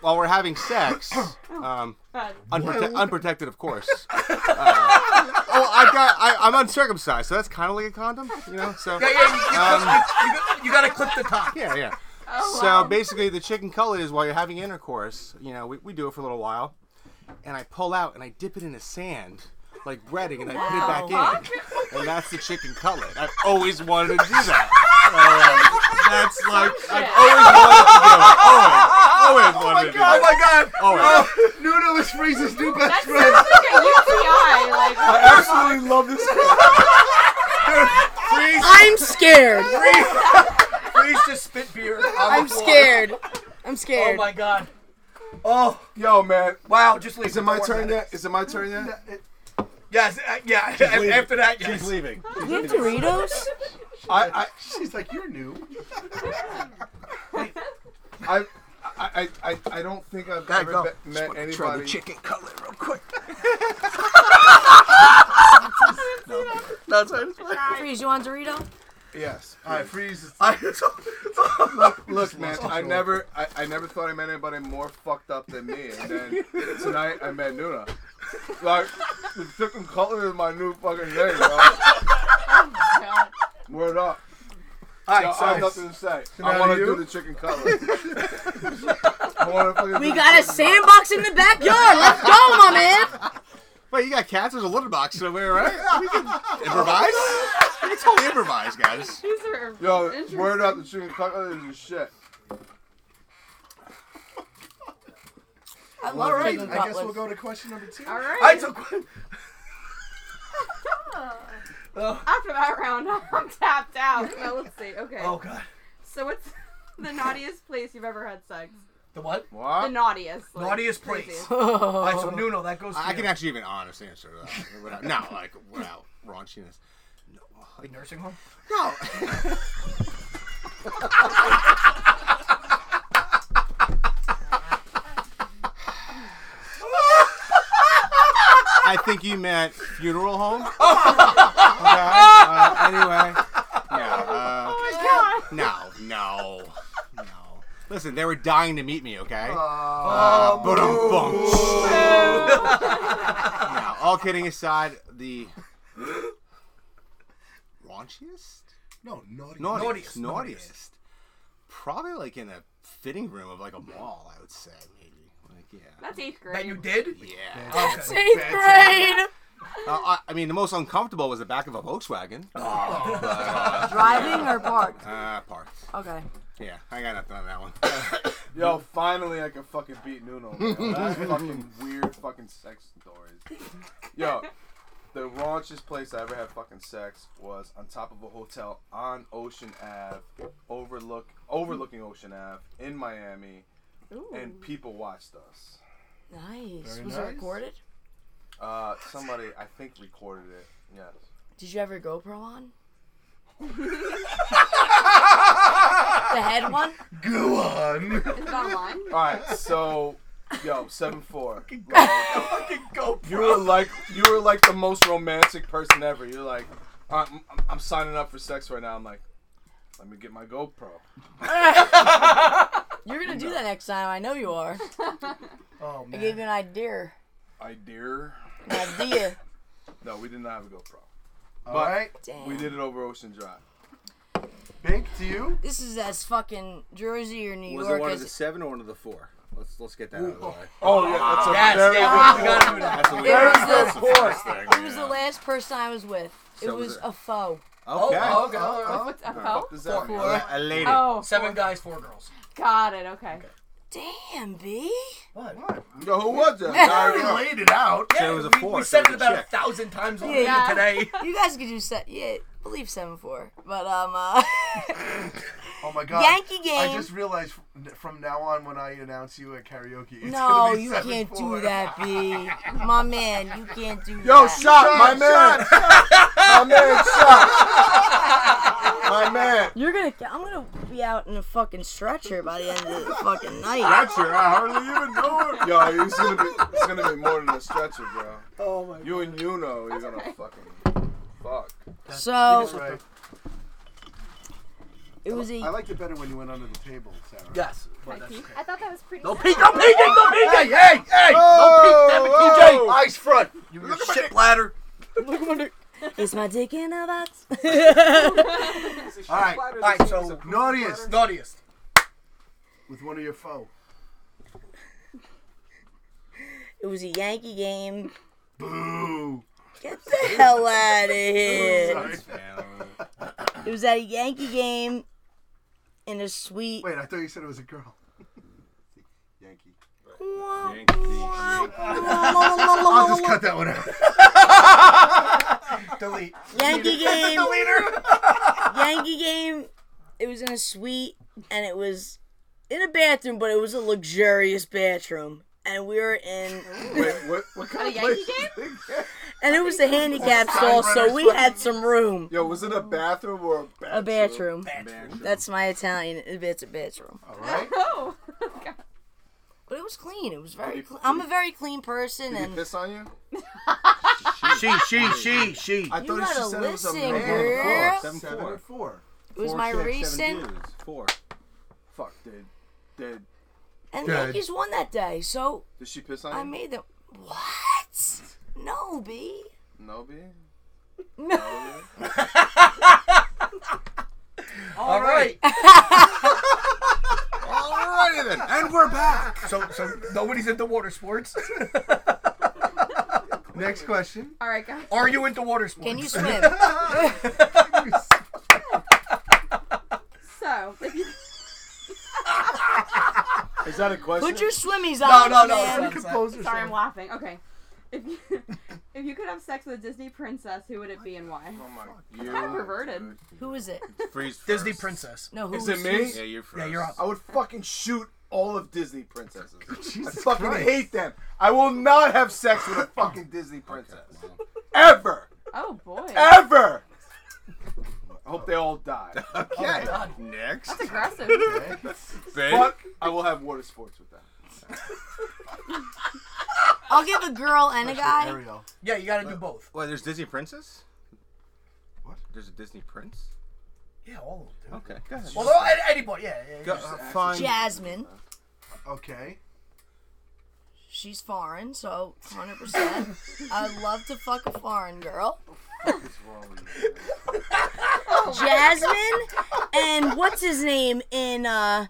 while we're having sex, um, God. unprote- unprotected, of course. Uh, oh, I got I, I'm uncircumcised, so that's kind of like a condom, you know. So Yeah, yeah, you, you, um, you, got- you gotta clip the top. yeah, yeah. Oh, So wow. basically, the chicken cutlet is while you're having intercourse. You know, we, we do it for a little while, and I pull out and I dip it in the sand like breading, and I put it back in, and that's the chicken cutlet. I've always wanted to do that. Uh, that's like I've always wanted to do. it. Always, always wanted to do. Oh that. my god. Oh. Always. Nuno is Freeze's new best That friend. sounds like a UTI. Like I absolutely love this. I'm scared. Please just spit beer. On the I'm floor. scared. I'm Oh scared. my god. Oh Yo, man. wow, just leave. Is it my Don't worry turn about yet? Is it my turn yet? Yes, uh, yeah. After that, She's yes. leaving. Do we have Doritos? I, I She's like, you're new. I, I, I, I don't think I've Gotta ever go. met- met anybody. chicken cutlet real quick. That's right. It's fine. Freeze, you want a Dorito? Yes. All right, freeze. is- I, Look, look, man. lost I control. never, I, I never thought I met anybody more fucked up than me. And then tonight I met Nuna. Like the chicken cutlet is my new fucking name. Bro. Word up. all Yo, right, so I have nothing to say. I now want to you? do the chicken cutlet. I want to fucking. We got a sandbox in the backyard. Let's go, my man. Wait, you got cats? There's a litter box somewhere, right? We can improvise. We can totally improvise, guys. These are Yo, interesting. word up. The chicken cutlet is the shit. I All love right, chicken I guess we'll cutlets. go to question number two. All right. I took. After that round, I'm tapped out. So let's see. Okay. Oh God. So what's the naughtiest place you've ever had sex? The what? The What? naughtiest. Like, Uh, Naughtiest place. craziest. All right, so Nuno, that goes. To I you. can actually give an honest answer to that. Without, no, like without raunchiness. Like nursing home. No. I think you meant funeral home. okay. Uh, anyway. Yeah. Uh, Oh my No, no, no. Listen, they were dying to meet me, okay? Uh, Oh, but I'm bumped. God. Now, all kidding aside, the raunchiest? No, naughty. Naughtiest, Naughtiest. Naughtiest. Probably like in a fitting room of like a mall, I would say, maybe. Like, yeah. That's eighth grade. that you did. Yeah. Okay. It's eighth grade. Uh, I, I mean, the most uncomfortable was the back of a Volkswagen. Driving or parked? Uh, parked. Okay. Yeah, I got nothing on that one. Yo, finally I can fucking beat Nuno. Man. That's fucking weird fucking sex stories. Yo, the raunchiest place I ever had fucking sex was on top of a hotel on Ocean Ave, overlook overlooking Ocean Ave in Miami, Ooh. and people watched us. Nice. Very was it nice. recorded? Uh, somebody I think recorded it. Yes. Did you have your GoPro on? the head one? Go on. Is it online? All right, so. Yo, seven four. Fucking go. You were like you were like the most romantic person ever. You're like, I'm, I'm, I'm signing up for sex right now. I'm like, let me get my GoPro. You're gonna do that next time. I know you are. Oh I man. gave you an idea. I dear. An idea. No, we did not have a GoPro. All right, Damn. We did it over Ocean Drive. Bink, to you. This is as fucking Jersey or New Was it York one of as the seven or one of the four? Let's let's get that out of the way. Oh yeah, that's a Yes, very yeah, we good gotta do that. That's a It was the- that's a first thing. It was yeah. the last person I was with. It So was was it- a foe. Okay. Oh, okay. all right. What's a foe? Does that mean? Four. A lady. Oh, Seven guys, four girls. got it. Okay. Damn, B. What? Yo, who was that? We laid it out. Yeah, it was a we, four, We so said it it was a about a chick. thousand times already Yeah. today. You guys could do set. Yeah, believe seven four. But um, uh, Oh my god. Yankee I game. just realized f- from now on when I announce you at karaoke, it's no, gonna be you 7 can't four. do that, B. My man, you can't do Yo, that. shot, my man. My man, shot. My man. You're gonna. I'm gonna be out in a fucking stretcher by the end of the fucking night. That's your hourly. even know him. Yo, it's gonna be it's gonna be more than a stretcher, bro. Oh my. You and you know you're gonna fucking fuck. So Right. it was I a. liked it better when you went under the table, Sarah. Yes. Can Well, I that's peek? okay. I thought that was pretty. No peek! No peeking! No peeking! hey, hey! Oh, damn it, oh. Eyes front. You Look shit bladder. Is my dick in a box? All right, All right, so naughtiest naughtiest. with one of your foe. It was a Yankee game. Boo. Get the hell out of here. Sorry. It was at a Yankee game in a suite. Wait, I thought you said it was a girl. Yankee. I'll just cut that one out. Delete. Yankee game. Deleter. Yankee game. It was in a suite and it was in a bathroom, but it was a luxurious bathroom. And we were in, Wait, what, what kind At a of place? Yankee and it was a handicap stall, so we had some room. Yo, was it a bathroom or a bathroom? A bathroom. Bathroom. That's my Italian. It's a bathroom. All right. Oh. But it was clean. It was very clean. I'm a very clean person, Did he and piss on you? she, she, she, she. I You thought gotta she said it was a listen, man. girl. Seven Seven four. and four. It was Four my chicks, seven recent, dudes. Four. Fuck, dude. Did and the Good. Yankees won that day. So did she piss on you? I made them. What? No, B. no, B. No. All right. Alrighty then, and we're back. so, so nobody's into water sports. Next question. All right, guys. Are you into water sports? Can you swim? So, if you Is that a question? Put your swimmies No, on. no, no. man. it's not- it's sorry, I'm laughing. Okay, if you if you could have sex with a Disney princess, who would it be and why? Oh my Kind God. of perverted. Who is it? Freeze. not Disney first. princess. No, who's Is it me? Yeah, you're first. Yeah, you're up. I would fucking shoot all of Disney princesses. I Jesus fucking Christ. hate them. I will not have sex with a fucking Disney princess. Ever. Oh boy, that's Ever. I hope they all die. Okay. Next. aggressive. Babe. But I will have water sports with them. I'll give a girl and a guy. Ariel. Yeah, you gotta do both. Wait, there's Disney princess. What? There's a Disney prince. Yeah, all of them. Okay. Go ahead. Dude. Although a- anybody, yeah, yeah. Go- yeah. uh, fine. Jasmine. Okay. She's foreign, so 100%. I'd love to fuck a foreign girl. Jasmine and what's his name in uh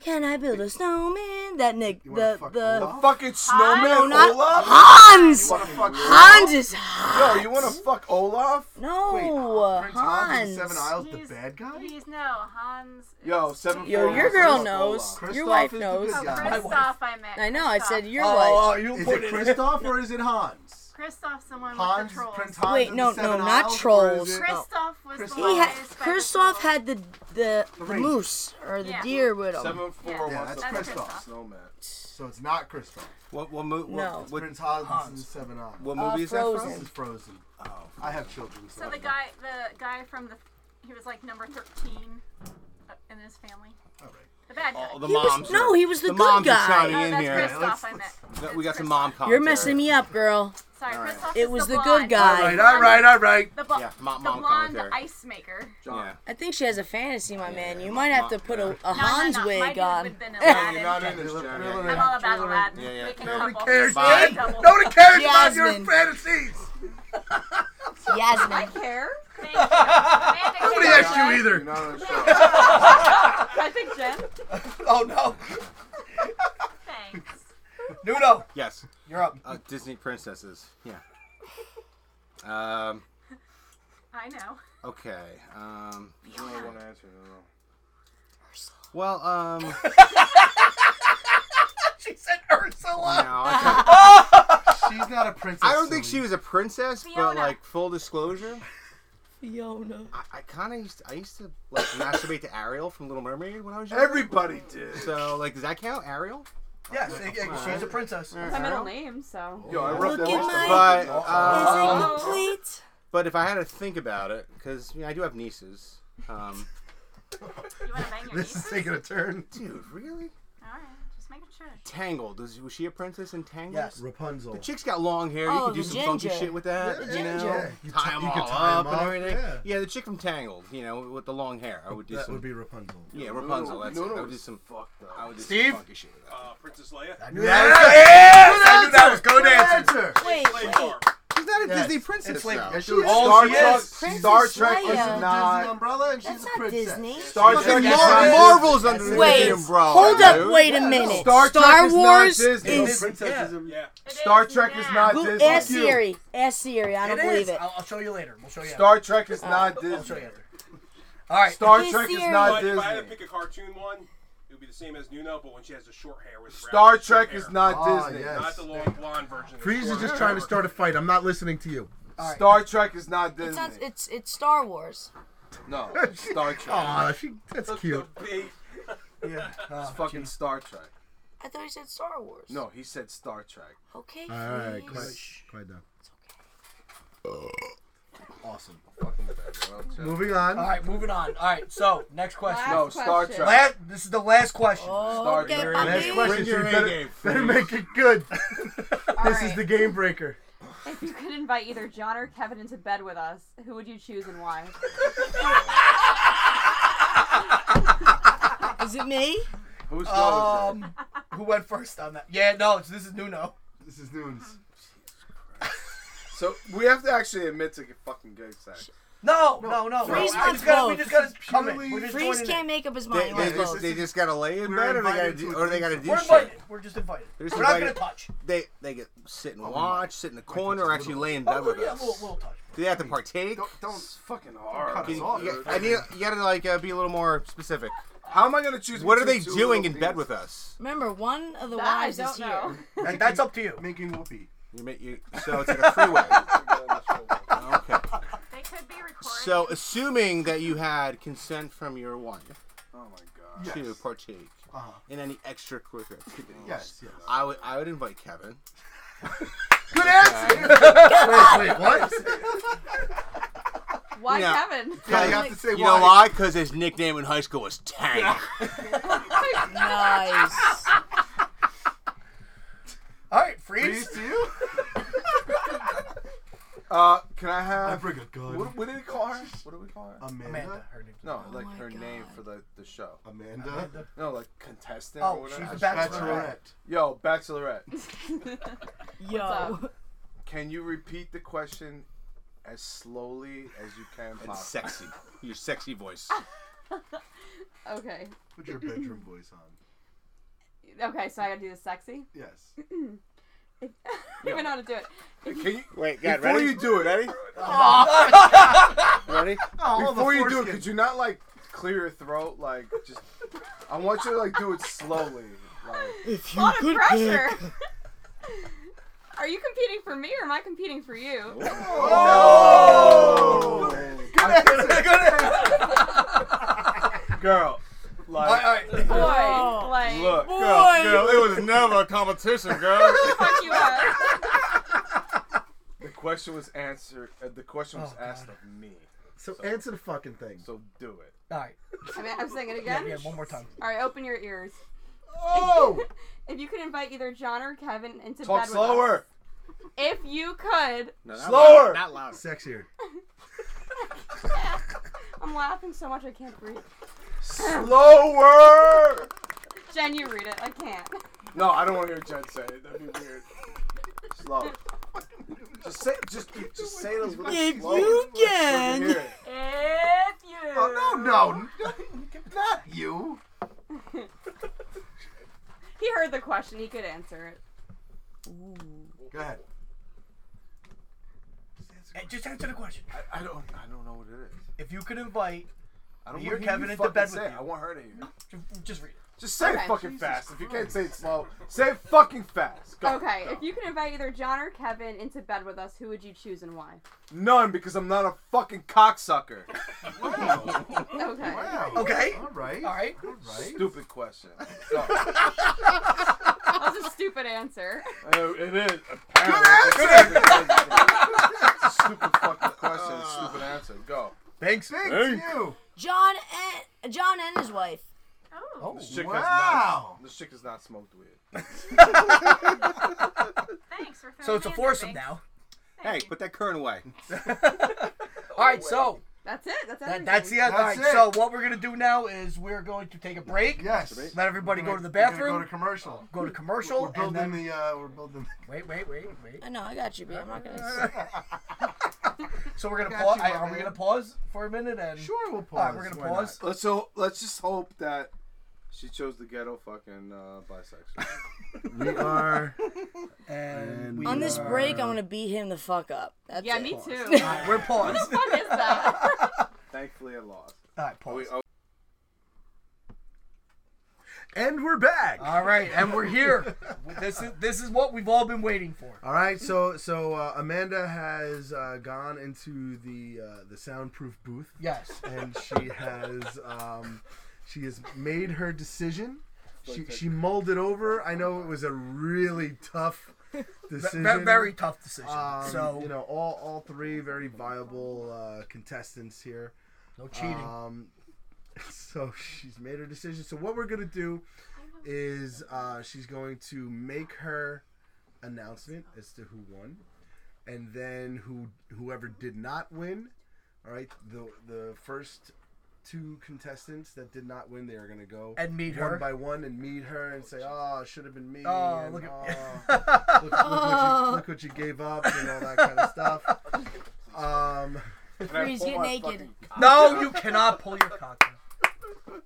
Can I Build a Snowman? That Nick wanna the fuck the Olaf? Fucking snowman not- Olaf. Hans! You wanna fuck Hans is hot. Yo, you wanna fuck Olaf? No, Prince Hans. Hans. in Seven Isles, the He's- bad guy. He's no Hans. Yo, seven. Yo, four, your Hans, girl fuck knows. Olaf. Kristoff Your wife is the knows. good Oh, guy. Christoph, I met. I know. I Christoph. said your Oh, wife. oh, you Is put it it. Kristoff or is it Hans? Christoph, someone Hans, with the trolls. Prince Hans. Wait, of the no, Seven no, not Isles, or is trolls. it- Christoph was Christoph. the He had one raised by the Kristoff trolls. had the the, the Right. moose or the Yeah. deer with him. Seven four Yeah, that's wants to fuck Kristoff. a snowman. So it's not Kristoff. What? What? Mo- what, No. what, Prince Hans in the Seven Isles. what Uh, movie is Frozen. This is Frozen. Oh, I have children. So the guy, the guy from the, he was like number thirteen uh, in his family. All right. The that bad guy. from? Oh, the He moms. was, no, are- he was the, the good moms are guy. shouting oh, in that's here. Christoph I met. That- That's We got some Christoph. mom commentary. You're messing me up, girl. Sorry, All right. Christoph It is was the, the blonde. good guy. All right, all right, all right. The, bo- Yeah, mom- the mom blonde commentary. ice maker. John. Yeah. I think she has a fantasy, my man. You might have to put a, a No, no, Hans no, my wig dude on. would've been Hey, Aladdin. You're not in this, Jack. I'm all about Aladdin. Yeah, yeah. We can Nobody couple. cares, Bye. man. Double. Nobody cares about your Jasmine. fantasies. I Jasmine. care. Thank you. Amanda, Nobody you're asked you right. You're either. not on the show. Can I pick Jen? Oh no, Thanks. Nuno, Yes. you're up. Uh, Disney princesses. Yeah. Um. I know. Okay. Um. You only want to answer. I don't know. Well. Um. No. She said Ursula. I can't- She's not a princess. I don't think so she was a princess, but Fiona. like full disclosure, Fiona. I, I kind of used to, I used to like masturbate to Ariel from Little Mermaid when I was younger. Everybody did. so like, does that count, Ariel? Yes, yeah, yeah, she's a princess. It's my middle name, so. Yo, I wrote Look that at list my- down. But Is uh, it complete? but if I had to think about it, because I do have nieces. Um, You want to bang your This niece? is taking a turn. dude, really? All right. Just making sure. Tangled. Was, was she a princess in Tangled? Yes. Rapunzel. The chick's got long hair. you Oh, can do the some funky ginger. shit with that. Yeah, you know? yeah. You Tie t- them you could all tie 'em up and up, everything. yeah. Yeah. the chick from Tangled, you know, with the long hair. I would do That some. would be Rapunzel. yeah, Rapunzel. That's it. I would do was some. fucked up. I would do Steve? some funky shit with that. Princess Leia. I Yes, yes, I knew that was good answer. Wait, wait. She's not a Yes. Disney princess. It's like- though. Yes, she Dude, is. all Star she Trek. is- Princess Star Trek Leia. is Under Disney not. umbrella, and she's That's a not princess. Disney. Star Fucking Trek is Mar- not. Marvel's under the Wait, Disney umbrella. hold up, dude. wait a minute. Star, Trek is Wars not Disney. is- Princess Yeah. is a- Yeah. It Star Trek is now. not Who- Disney. ask Siri. Ask Siri. I don't It believe is. it. I'll, I'll show you later. We'll show you. after. Star Trek is not I'll show Disney. you after. All right. Star Hey, Trek is Siri. not But if I had to Disney. pick a cartoon one, it would be the same as Nuno, but when she has the short hair with brown Star and short Trek hair. is not Ah, Disney. yes. Not the long blonde version. the Freeze is short just hair trying to version. start a fight. I'm not listening to you. Star Trek is not It's, Disney. not, it's it's Star Wars. No, Star Trek. Aw, she, that's cute. Big- Yeah. It's fucking Star Trek. I thought he said Star Wars. No, he said Star Trek. Okay. All right, please. quiet, quiet down. Awesome. Fucking with that, bro. Moving on. All right, moving on. All right. So next question. No, Star question. Trek. Last, this is the last question. Star Okay, Trek. puppy. Next question. Bring so your you A better, game, better please. make it good. All this is right. the game breaker. If If you could invite either John or Kevin into bed with us, who would you choose and why? Is it me? Who's Oh going? Um, who went first on that? Yeah, no, it's, this is Nuno. This is Noons. so we have to actually admit to get fucking good sex. No, no, no. Freeze no. We wants just gotta, we both. just gotta come in. We're just Freeze joining in. can't make up his They, mind. they Wants just, both. they just gotta lay in We're bed, or they gotta invited do, to a or they gotta thing. do We're shit. invited. We're just invited. They're We're just not gonna invited. touch. They they get sit and we watch, sit in the corner, just or a actually little- lay in Oh, bed well, with yeah, us. we'll, we'll touch. Do they have to partake? Don't, don't fucking hard. cut us You- off. you- I need you gotta like uh, be a little more specific. How am I gonna choose? What are between they two doing in little bed penises? with us? Remember, one of the That I wives is don't know. here. And that's up to you. Making whoopee. You, ma- you, so it's like a freeway. Oh okay. They could be recorded. So assuming that you had consent from your wife Oh my god. to partake Uh-huh. in any extracurricular activities, Yes, yes. I would I would invite Kevin. Good answer! wait, wait, what? Why Yeah. Kevin? Yeah, you have to say You why. know why? Because his nickname in high school was Tank. Nice. All right, freeze. Please to you. uh, can I I have? bring a gun. What, what do we call her? What do we call Uh, her? Amanda? Amanda, her name. No, like Oh my her name God. for the, the show. Amanda? No, like contestant Oh, or whatever. she's a Bachelorette. bachelorette. Yo, Bachelorette. Yo. Can you repeat the question as slowly as you can? And possibly? sexy. Your sexy voice. Okay. Put your bedroom voice on. Okay, so I gotta do this sexy. Yes. I don't know how to do it. Can you Wait, before you do it? Ready? Ready? Before you do it, could you not like clear your throat? Like just, I want you to like do it slowly. Like If A you lot of could pressure. Are you competing for me or am I competing for you? Oh! girl, like Boy, like look, Boy. girl, girl, it was never a competition, girl. fuck you up. the question was answered. Uh, the question was asked of me. So answer the fucking thing. So do it. All right. I mean, I'm saying it Yeah, again. yeah, one more time. All right, open your ears. Oh! If you could invite either John or Kevin into Talk bed slower. with us, if you could, No, not Slower. loud, Not louder. Sexier. I'm laughing so much I can't breathe. Slower. Jen, you read it. I can't. No, I don't want to hear Jen say it. That'd be weird. Slow. Just say, just, just say it a little If slower. you Let me hear can. it. If you. Oh, no, no. Not you. He heard the question. He could answer it. Go ahead. Hey, Just answer the question. I, I don't, I don't know what it is. If you could invite, I don't Hear want to Kevin you into bed fucking with say it. you. I want her to hear. it. ju- just read it. Just say Okay. it fucking Jesus fast. If you can't Christ. say it slow, say it fucking fast. Go, Okay, go. if you could invite either John or Kevin into bed with us, who would you choose and why? None, because I'm not a fucking cocksucker. Okay. Wow. Okay. All right. All right. All right. Stupid question. So, That was a stupid answer. uh, it is. Apparently, Good answer. Stupid fucking question. Stupid answer. Go. Thanks, thanks, Thank. you. John and John and his wife. Oh, This chick has Wow. not. This chick has not smoked weed. thanks for So it's a filling me in there, foursome Biggs. now. Hey, put that curtain away. All right. So That's it. That's that, everything. that's the end. All right. That's it. So what we're gonna do now is we're going to take a break. Yes. Let everybody go to the We're gonna Go bathroom. to commercial. Go to We're commercial and building then the. Uh, we're building. wait, wait, wait, wait. I know, I got you, but I'm not gonna. Say. So we're gonna Got pause. you, my are we man. gonna pause for a minute and? Sure, we'll pause. All right, we're gonna Why not? pause. Let's so let's just hope that she chose the ghetto fucking uh, bisexual. We are. And And we On this are- break, I want to beat him the fuck up. That's yeah, it. me too. All what right, we're paused. All is that? Thankfully, I lost. right, Are pause. we, are And we're back. All right, and we're here. This is this is what we've all been waiting for. All right, so so uh, Amanda has uh, gone into the uh, the soundproof booth, Yes. and she has um, she has made her decision. She she mulled it over. I know it was a really tough Ve- decision, ve- very tough decision. Um, so you know, all all three very viable uh, contestants here. no cheating. Um, so she's made her decision. So what we're gonna do is uh, she's going to make her announcement as to who won, and then who whoever did not win, all right, the the first two contestants that did not win, they are gonna go And meet one her. by one and meet her and say, "Oh, it should have been me." Oh, and, look at "Oh, look, look what you, look what you gave up and all that kind of stuff. Um, Freeze, get naked. No, you cannot pull your cock. out.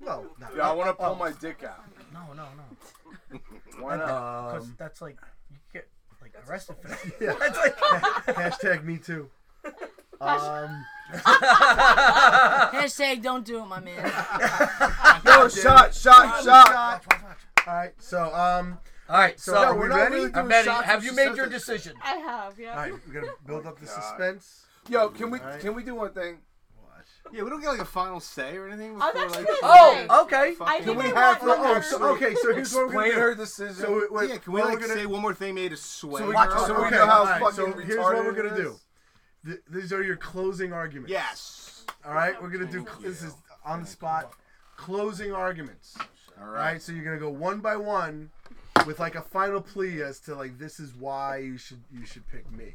well, not Yeah, I want to pull my dick out. No, no, no. Why not? Because Um, that's like you get like arrested for that. Yeah. That's like hashtag me too. Um, Hashtag don't do it, my man. No, shot, shot, shot. all right, so um, All right, so, No, are we're we not ready? really doing I'm ready. shots Have of you made your success. decision? I have, yeah. all right, we're gonna build up the God. suspense. Yo, can we Alright. can we do one thing? What? Yeah, we don't get like a final say or anything. I Before, was actually like, gonna say, Oh, okay. fucking- I Can think we I have want her? Oh, one so more. Okay, so here's what we're gonna Explain do. her decision. So wait, wait, yeah, can we what like we're gonna- say one more thing made us sweat? So we- Watch us, so we Okay, know how alright, fucking so retarded here's what we're it gonna is. do. Th- these are your closing arguments. yes. All right, we're gonna do this is on the spot closing arguments. All All right. right, so you're gonna go one by one with like a final plea as to like this is why you should you should pick me.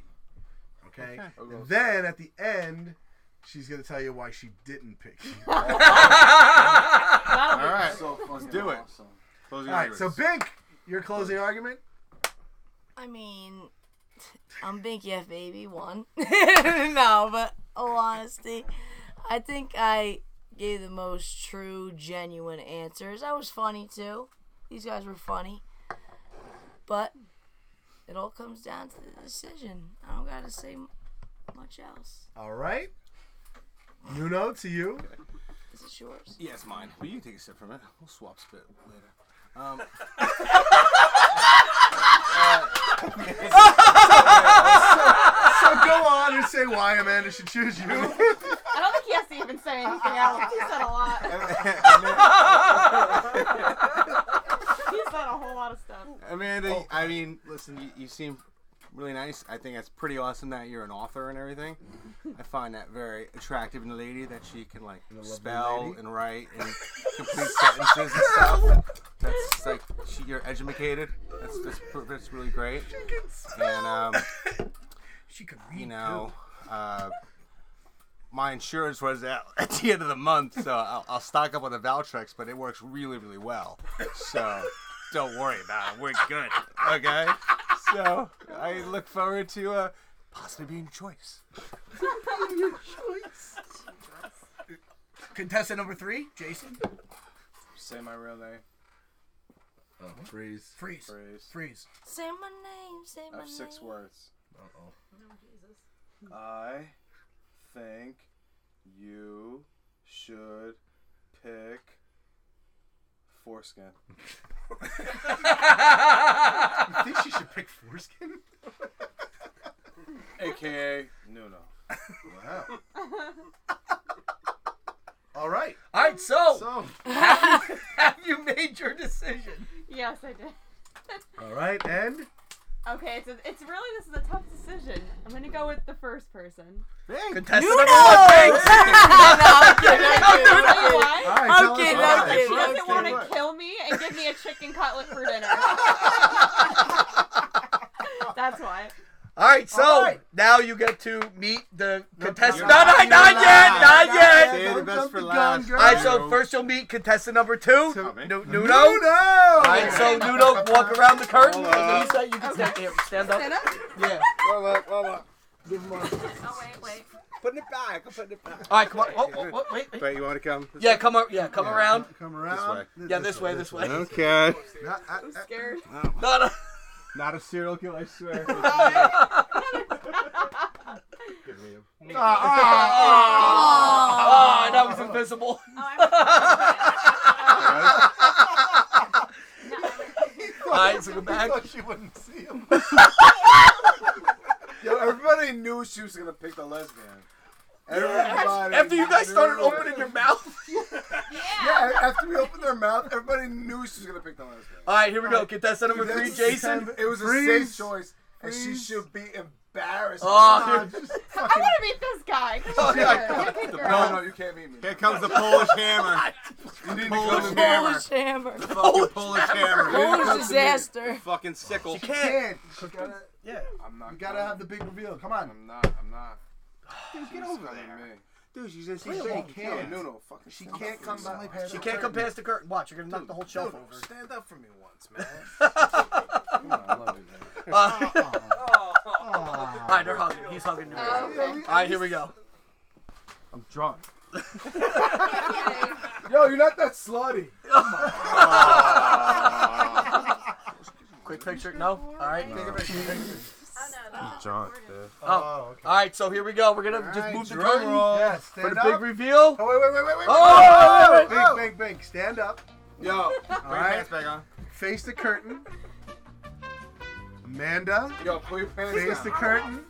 Okay. And then at the end, she's gonna tell you why she didn't pick you. All All right. So Let's do it. closing right, so arguments. Bink, your closing argument. I mean, I'm Big F baby one. no, but all honesty, I think I gave the most true, genuine answers. I was funny too. These guys were funny, but it all comes down to the decision. I don't gotta say m- much else. All right. Nuno, to you. Is it yours? yeah, it's mine. Will you take a sip from it? We'll swap spit later. So go on and say why Amanda should choose you. I don't think he has to even say anything else. He said a lot. he said a whole lot of stuff. Amanda, I mean, listen, you, you seem really nice. I think that's pretty awesome that you're an author and everything. I find that very attractive in a lady that she can like lovely spell lady. and write and complete sentences and stuff. That's like she, you're educated. That's that's, pr- that's really great. And um, She could read. you know, uh, my insurance was at, at the end of the month, so I'll, I'll stock up on the Valtrex, but it works really, really well. So don't worry about it. We're good. Okay? So I look forward to uh, possibly being your choice. too. Contestant number three, Jason. Say my real name. Freeze. Freeze. Freeze. Freeze. Say my name. Say I my have six name. words. Uh-oh. I think you should pick foreskin. You think she should pick foreskin? AKA Nuno. Wow. All right. All right, so, So. have you made your decision? Yes, I did. All right, and Okay, it's, a, it's really, this is a tough decision. I'm ggoing to go with the first person. Contestant number one, Bink. Tell you all why? right, tell us Okay, why. okay. She doesn't want to kill me and give me a chicken cutlet for dinner. That's why. All right, so All right. now you get to meet the contestant. you're No, no, not- not, you're yet, not. not yet. Save the Don't best jump for the gun, last. girl. All right, so first you'll meet contestant number two, Nu- Nuno. All right, so Nuno walk around the curtain, and you say you can stand, here, stand up. Stand up. Yeah. Well, up, well, up. Oh wait, wait. Putting it back. I'm putting it back. All right, come on. Oh, oh, oh, wait, wait. Wait, you want to come? Yeah, come ar- Yeah, come around. Come around. Yeah, this way, this way. Okay. Ah, ah, ah. Scared. No, no. Not a serial killer, I swear. Give me a- Oh, that was invisible. Oh, I All right, so go back. thought she wouldn't see him. Yo, everybody knew she was gonna pick the lesbian. Everybody. After you guys started knew. opening your mouth. Yeah, after we opened their mouth, everybody knew she was gonna pick the lesbian. All right, here we go. Contestant number three, This is Jason. kind of- It was a Freeze. safe choice, and she Freeze. should be embarrassed. Oh, here- I want to meet this guy. Come Oh, on, you're a good no, no, girl. you can't meet me. Here comes the Polish hammer. You need to Polish come to me. hammer. Polish hammer. Oh, Fucking Polish hammer. Polish disaster. Fucking sickle. Can't. She gotta- Yeah. I'm not. We gotta going. have the big reveal. Come on. I'm not. I'm not. Dude, She's get over coming there. Me. Dude, she's just Wait, she's well, saying she can't. No, no, no, fucking. She can't come by. She can't come past the curtain. Watch, you're gonna knock the whole shelf Dude, over. stand up for me once, man. Come on, I love you, man. Uh, Aw. all right, they're hugging. He's hugging. All Oh, okay. right, here we go. I'm drunk. Okay. Yo, you're not that slutty. Quick picture. No. All right. No. Oh no, that's Drunk, recorded. dude. Oh, okay. All right. So here we go. We're gonna just All right, move the drum curtain roll. Yeah, stand for the up. big reveal. Oh, wait, wait, wait, wait, wait. Oh, wait, wait, Big, wait. big, big. Stand up. Yo, All right. back on. Face the curtain. Amanda, yo, put your pants face down. the curtain.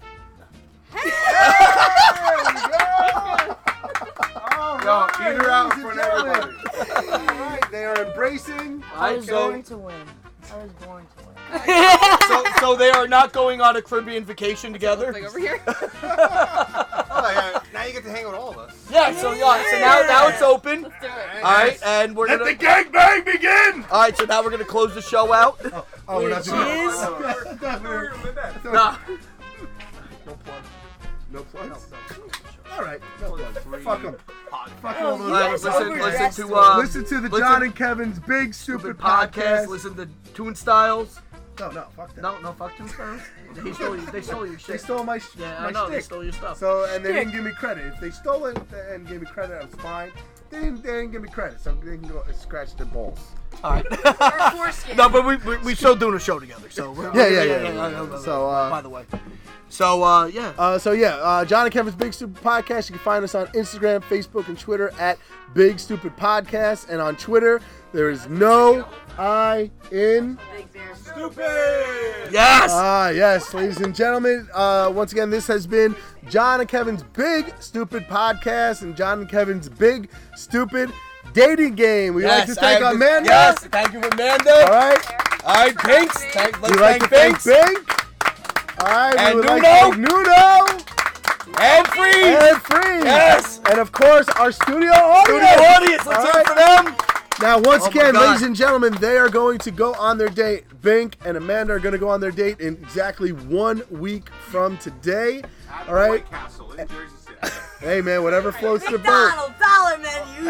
Yo, eat her out Ladies in and front of everybody. All right, they are embracing. I Alright, was so, born to win. I was born to win. so so they are not going on a Caribbean vacation together. Like over here. Oh, yeah. Now you get to hang with all of us. Yeah. So yeah. So now now it's open. All right, and we're Let gonna. the gangbang begin! All right. So now we're gonna close the show out. Oh, we're not doing Is- Nah. No plugs? All right. No plugs. Three. Fuck them. Fuck Oh, all those Alright, guys. listen, overdressed listen to one. uh, Listen to the listen- John and Kevin's Big Stupid, stupid podcast. podcast. Listen to Toon Styles. No, no, fuck that. No, no, fuck Toon Styles. They stole, you, they stole your shit. They stole my, sh- yeah, my I know. They shtick. stole your stuff. So and they didn't give me credit. If they stole it and gave me credit, I was fine. They didn't, they didn't give me credit, so they can go scratch their balls. All right. no, but we, we we still doing a show together. So we're, Yeah, yeah, yeah, yeah, yeah, yeah. So, uh, by the way, so uh, yeah. Uh, so yeah, uh, John and Kevin's Big Stupid Podcast. You can find us on Instagram, Facebook, and Twitter at Big Stupid Podcast. And on Twitter, there is no I in. Yes. Ah, yes, ladies and gentlemen. Uh, once again, this has been John and Kevin's Big Stupid Podcast and John and Kevin's Big Stupid Dating Game. We yes, like to I thank have to- Amanda. Yes, thank you, Amanda. All right. All right, Binks. Thank, let's We like to thank Binks. thank Bink. All right, we And would like Nuno. to thank Nuno and Free. and Free. Yes. And of course, our studio audience. Studio audience, let's All hear it for them. Now, once Oh my again, God. ladies and gentlemen, they are going to go on their date. Bink and Amanda are going to go on their date in exactly one week from today. All right. White Castle in Jersey City. Hey, man, whatever floats your boat. McDonald dollar menu.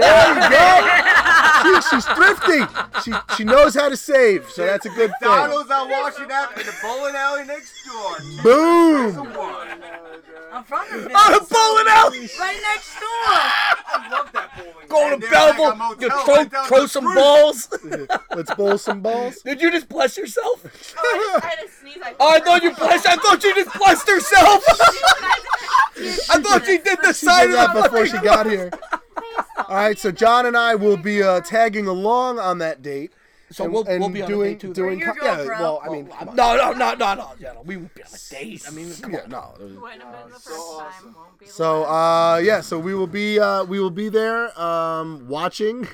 There you go. She- she's thrifty. She she knows how to save, so that's a good thing. Donald's on Washington Avenue in the bowling alley next door. Boom. Come on. I'm from the On a Bronx, bowling alley. right next door. I love that bowling. Go And to they're like Belleville. a motel you right throw, down throw the some street. balls. Let's bowl some balls. Did you just bless yourself? Oh, I, just, I had a sneeze. I, Oh, I thought you blessed. I thought you just blessed herself. I thought she did the She did sign of that the before she got here. All right, so John and I will be uh, tagging along on that date. So and- we'll, and we'll be on doing, a date too. doing Bring your yeah, GoPro. well, I mean, come on. no, no, no, no, no, no, no. We won't be on a date. I mean, come yeah, on. no. Wouldn't have been the first time. Won't be the So uh, last. yeah, so we will be uh, we will be there um, watching,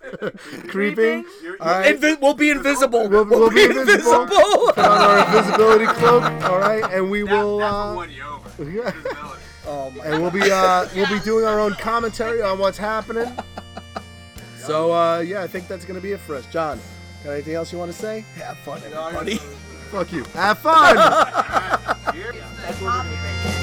creeping. All right. Invi- we'll be invisible. We'll- We'll, we'll be be invisible. invisible. Put on our invisibility cloak, all right, and we will, That's the uh, one you over. oh my. and we'll be, uh, we'll be doing our own commentary on what's happening. So, uh, yeah, I think that's gonna be it for us. John, got anything else you want to say? Have fun, everybody. Fuck you. Have fun. Here we go. Coffee, right?